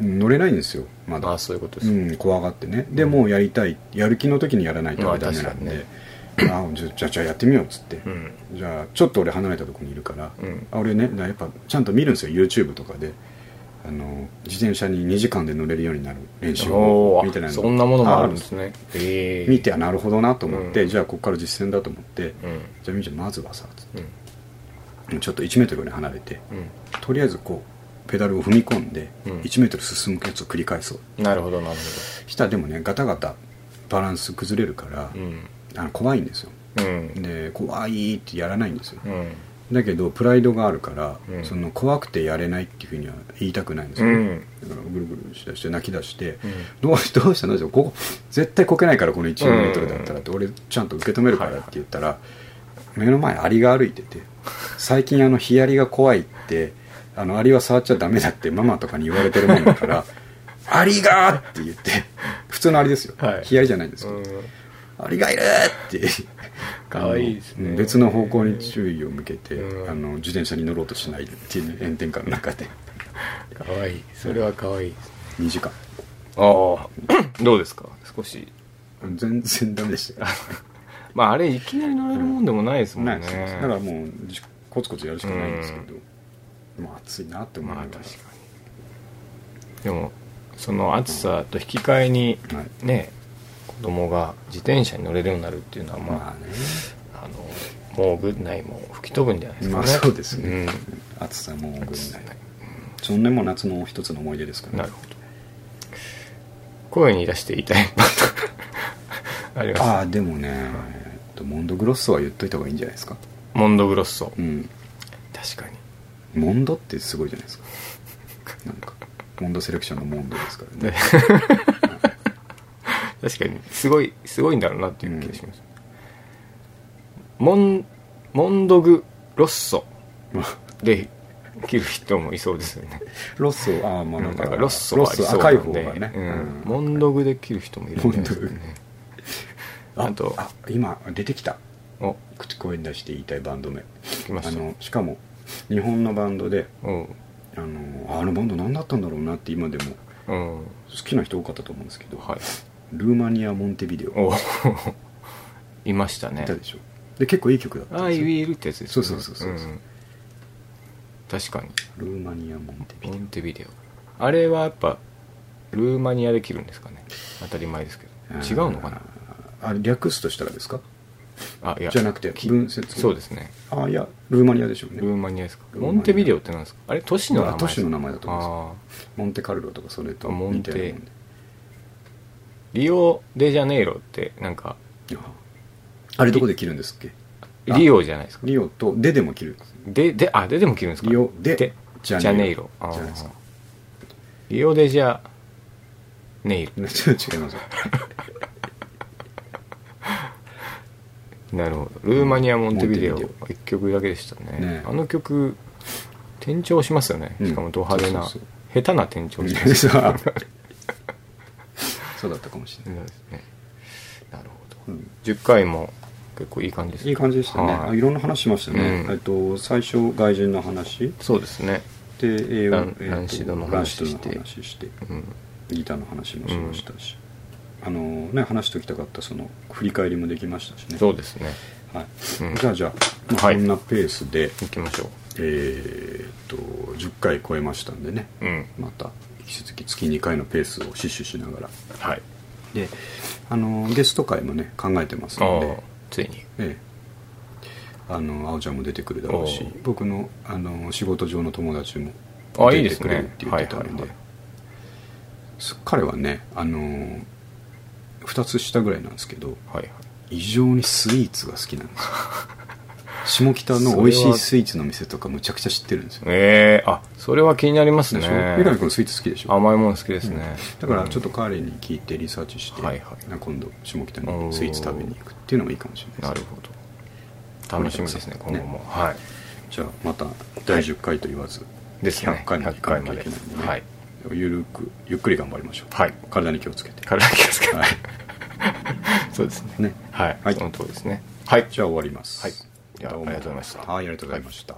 乗れないんですよまあだあそういうことでうす、ん怖がってねでもうやりたいやる気の時にやらないまあとダメなんで、あじゃじゃじゃあやってみようっつって、うんじゃあちょっと俺離れたとこにいるから、うんあ俺ねだやっぱちゃんと見るんですよ YouTube とかであの自転車に2時間で乗れるようになる練習おをーみたいなのそんなものもあるんんでですすねええ見てあなるほどなと思って、うんじゃあここから実践だと思って、うんじゃあみーちゃんまずはさつっうんてちょっと1メートルぐらい離れてうとりあえずこうペダルを踏み込んでうん1メートル進むやつを繰り返そうんなるほどなるしたらでもねガタガタバランス崩れるからほどう、んあの怖いんですようんで怖いってやらないんですよ、うんだけどプライドがあるから、うんその怖くてやれないっていうふうには言いたくないんですうよ、んだからぐるぐるしだして泣き出して、うんどうどうしたのここ絶対こけないからこの1メートルだったらって、俺ちゃんと受け止めるからって言ったら、目の前アリが歩いてて最近あのヒアリが怖いってあのアリは触っちゃダメだってママとかに言われてるもんだ から「アリが!」って言って普通のアリですよ、はいヒアリじゃないんですよ、うんアリがいるってかわいいですねあの別の方向に注意を向けて、うんあの自転車に乗ろうとしないっていうね炎天下の中 でかわいいそれはかわいいですね2時間ああ どうですか少し全然ダメでしたよまああれいきなり乗れるもんでもないですもんないねですねだからもうじコツコツやるしかないんですけど、もう暑いなって思いまあなが確らかにでもその暑さと引き換えにはいね子供が自転車に乗れるようになるっていうのはまあ、まあねあのもう軍内も吹き飛ぶんじゃないですかまね、あそうですね、うん暑さもうぐん暑さないねそんでも夏の一つの思い出ですからなるほど声に出して言いたいことありますああでもね、えっとモンドグロッソは言っといた方がいいんじゃないですかモンドグロッソうん確かにモンドってすごいじゃない ですかなんかモンドセレクションのモンドですからね確かにすごいすごいんだろうなっていう気がします、モンモンドグロッソで切る人もいそうですよねロッソああまあなんだかからロッソはありロッそソうな赤いん方で、がね、うんうんモンドグで切る人もいるんじゃないですかねああとあ今出てきたお口声に出して言いたいバンド名聞きまあしたのしかも日本のバンドでうんあのあのバンド何だったんだろうなって今でもうん好きな人多かったと思うんですけど、はいルーマニア・モンテビデオお いましたねいたでしょで結構いい曲だったあんあですいよういるってやつですねそうそうそうそうそうん確かルーマニア・モンテビにデモンテビデオあれはやっぱルーマニアで切るんですかね当たり前ですけオど違うのかなああ略すとしたらですかあいやじゃなくてき文節そうですねあいやルーマニアでしょうねルーマニアですかルーマニモアンテビデオってなんですかあれ都市の名前あ都市の名前だと思いますああモンテカルロとかそれと似たようなもんでリオデジャネイロってなんかああれどこで切るんですっけあリオじゃないですかリオとデでも切るんですでであででも切るんですかリオデジジャャネネイイロロあーじゃないですかリオデジャネイロね ちょっと違いますよ なるほどルーマニア・モンテビデオモンテビ1曲だけでしたねねあの曲転調しますよね、うんしかもド派手なそうそう下手な転調しますそう そうだったかもしれない、ねなるほど、うん10回も結構いい感じですいい感じでしたね、はいあいろんな話しましたね、うんえっと最初外人の話そうですねで英ラ語ンえっとランシドのランシ話ドしのて話してうんギターの話もしましたし、あのね話しておきたかったその振り返りもできましたしねそうですねはいうんじゃあじゃあ、まあはいこんなペースで、行きましょえーっと10回超えましたんでねううんまた引き続き月2回のペースを死守しながらはいであのゲスト会もね考えてますあのであついにええあの青ちゃんも出てくるだろうしおう僕のあの仕事上の友達もあい出いでてすくれるっねて言ってたんはいはいではいす彼はねあの2つ下ぐらいなんですけどはいはい異常にスイーツが好きなん ですよ下北の美味しいスイーツの店とかむちゃくちゃ知ってるんですよええあそれは気になりますでねしょ三上君スイーツ好きでしょ甘いもの好きですね、だからちょっと彼に聞いてリサーチして、はいはいな今度下北にスイーツ食べに行くっていうのもいいかもしれないですなるほど楽しみですねこれか今後らも、はいじゃあまた第10回と言わず、です100ね回まで100回までいかなきゃいけないんでねはいゆるくゆっくり頑張りましょう、はい体に気をつけて、軽い気ですかはい、そうですねねはい、はいその通りですねはいじゃあ終わりますはいいやどもありがとうございましたはいありがとうございました、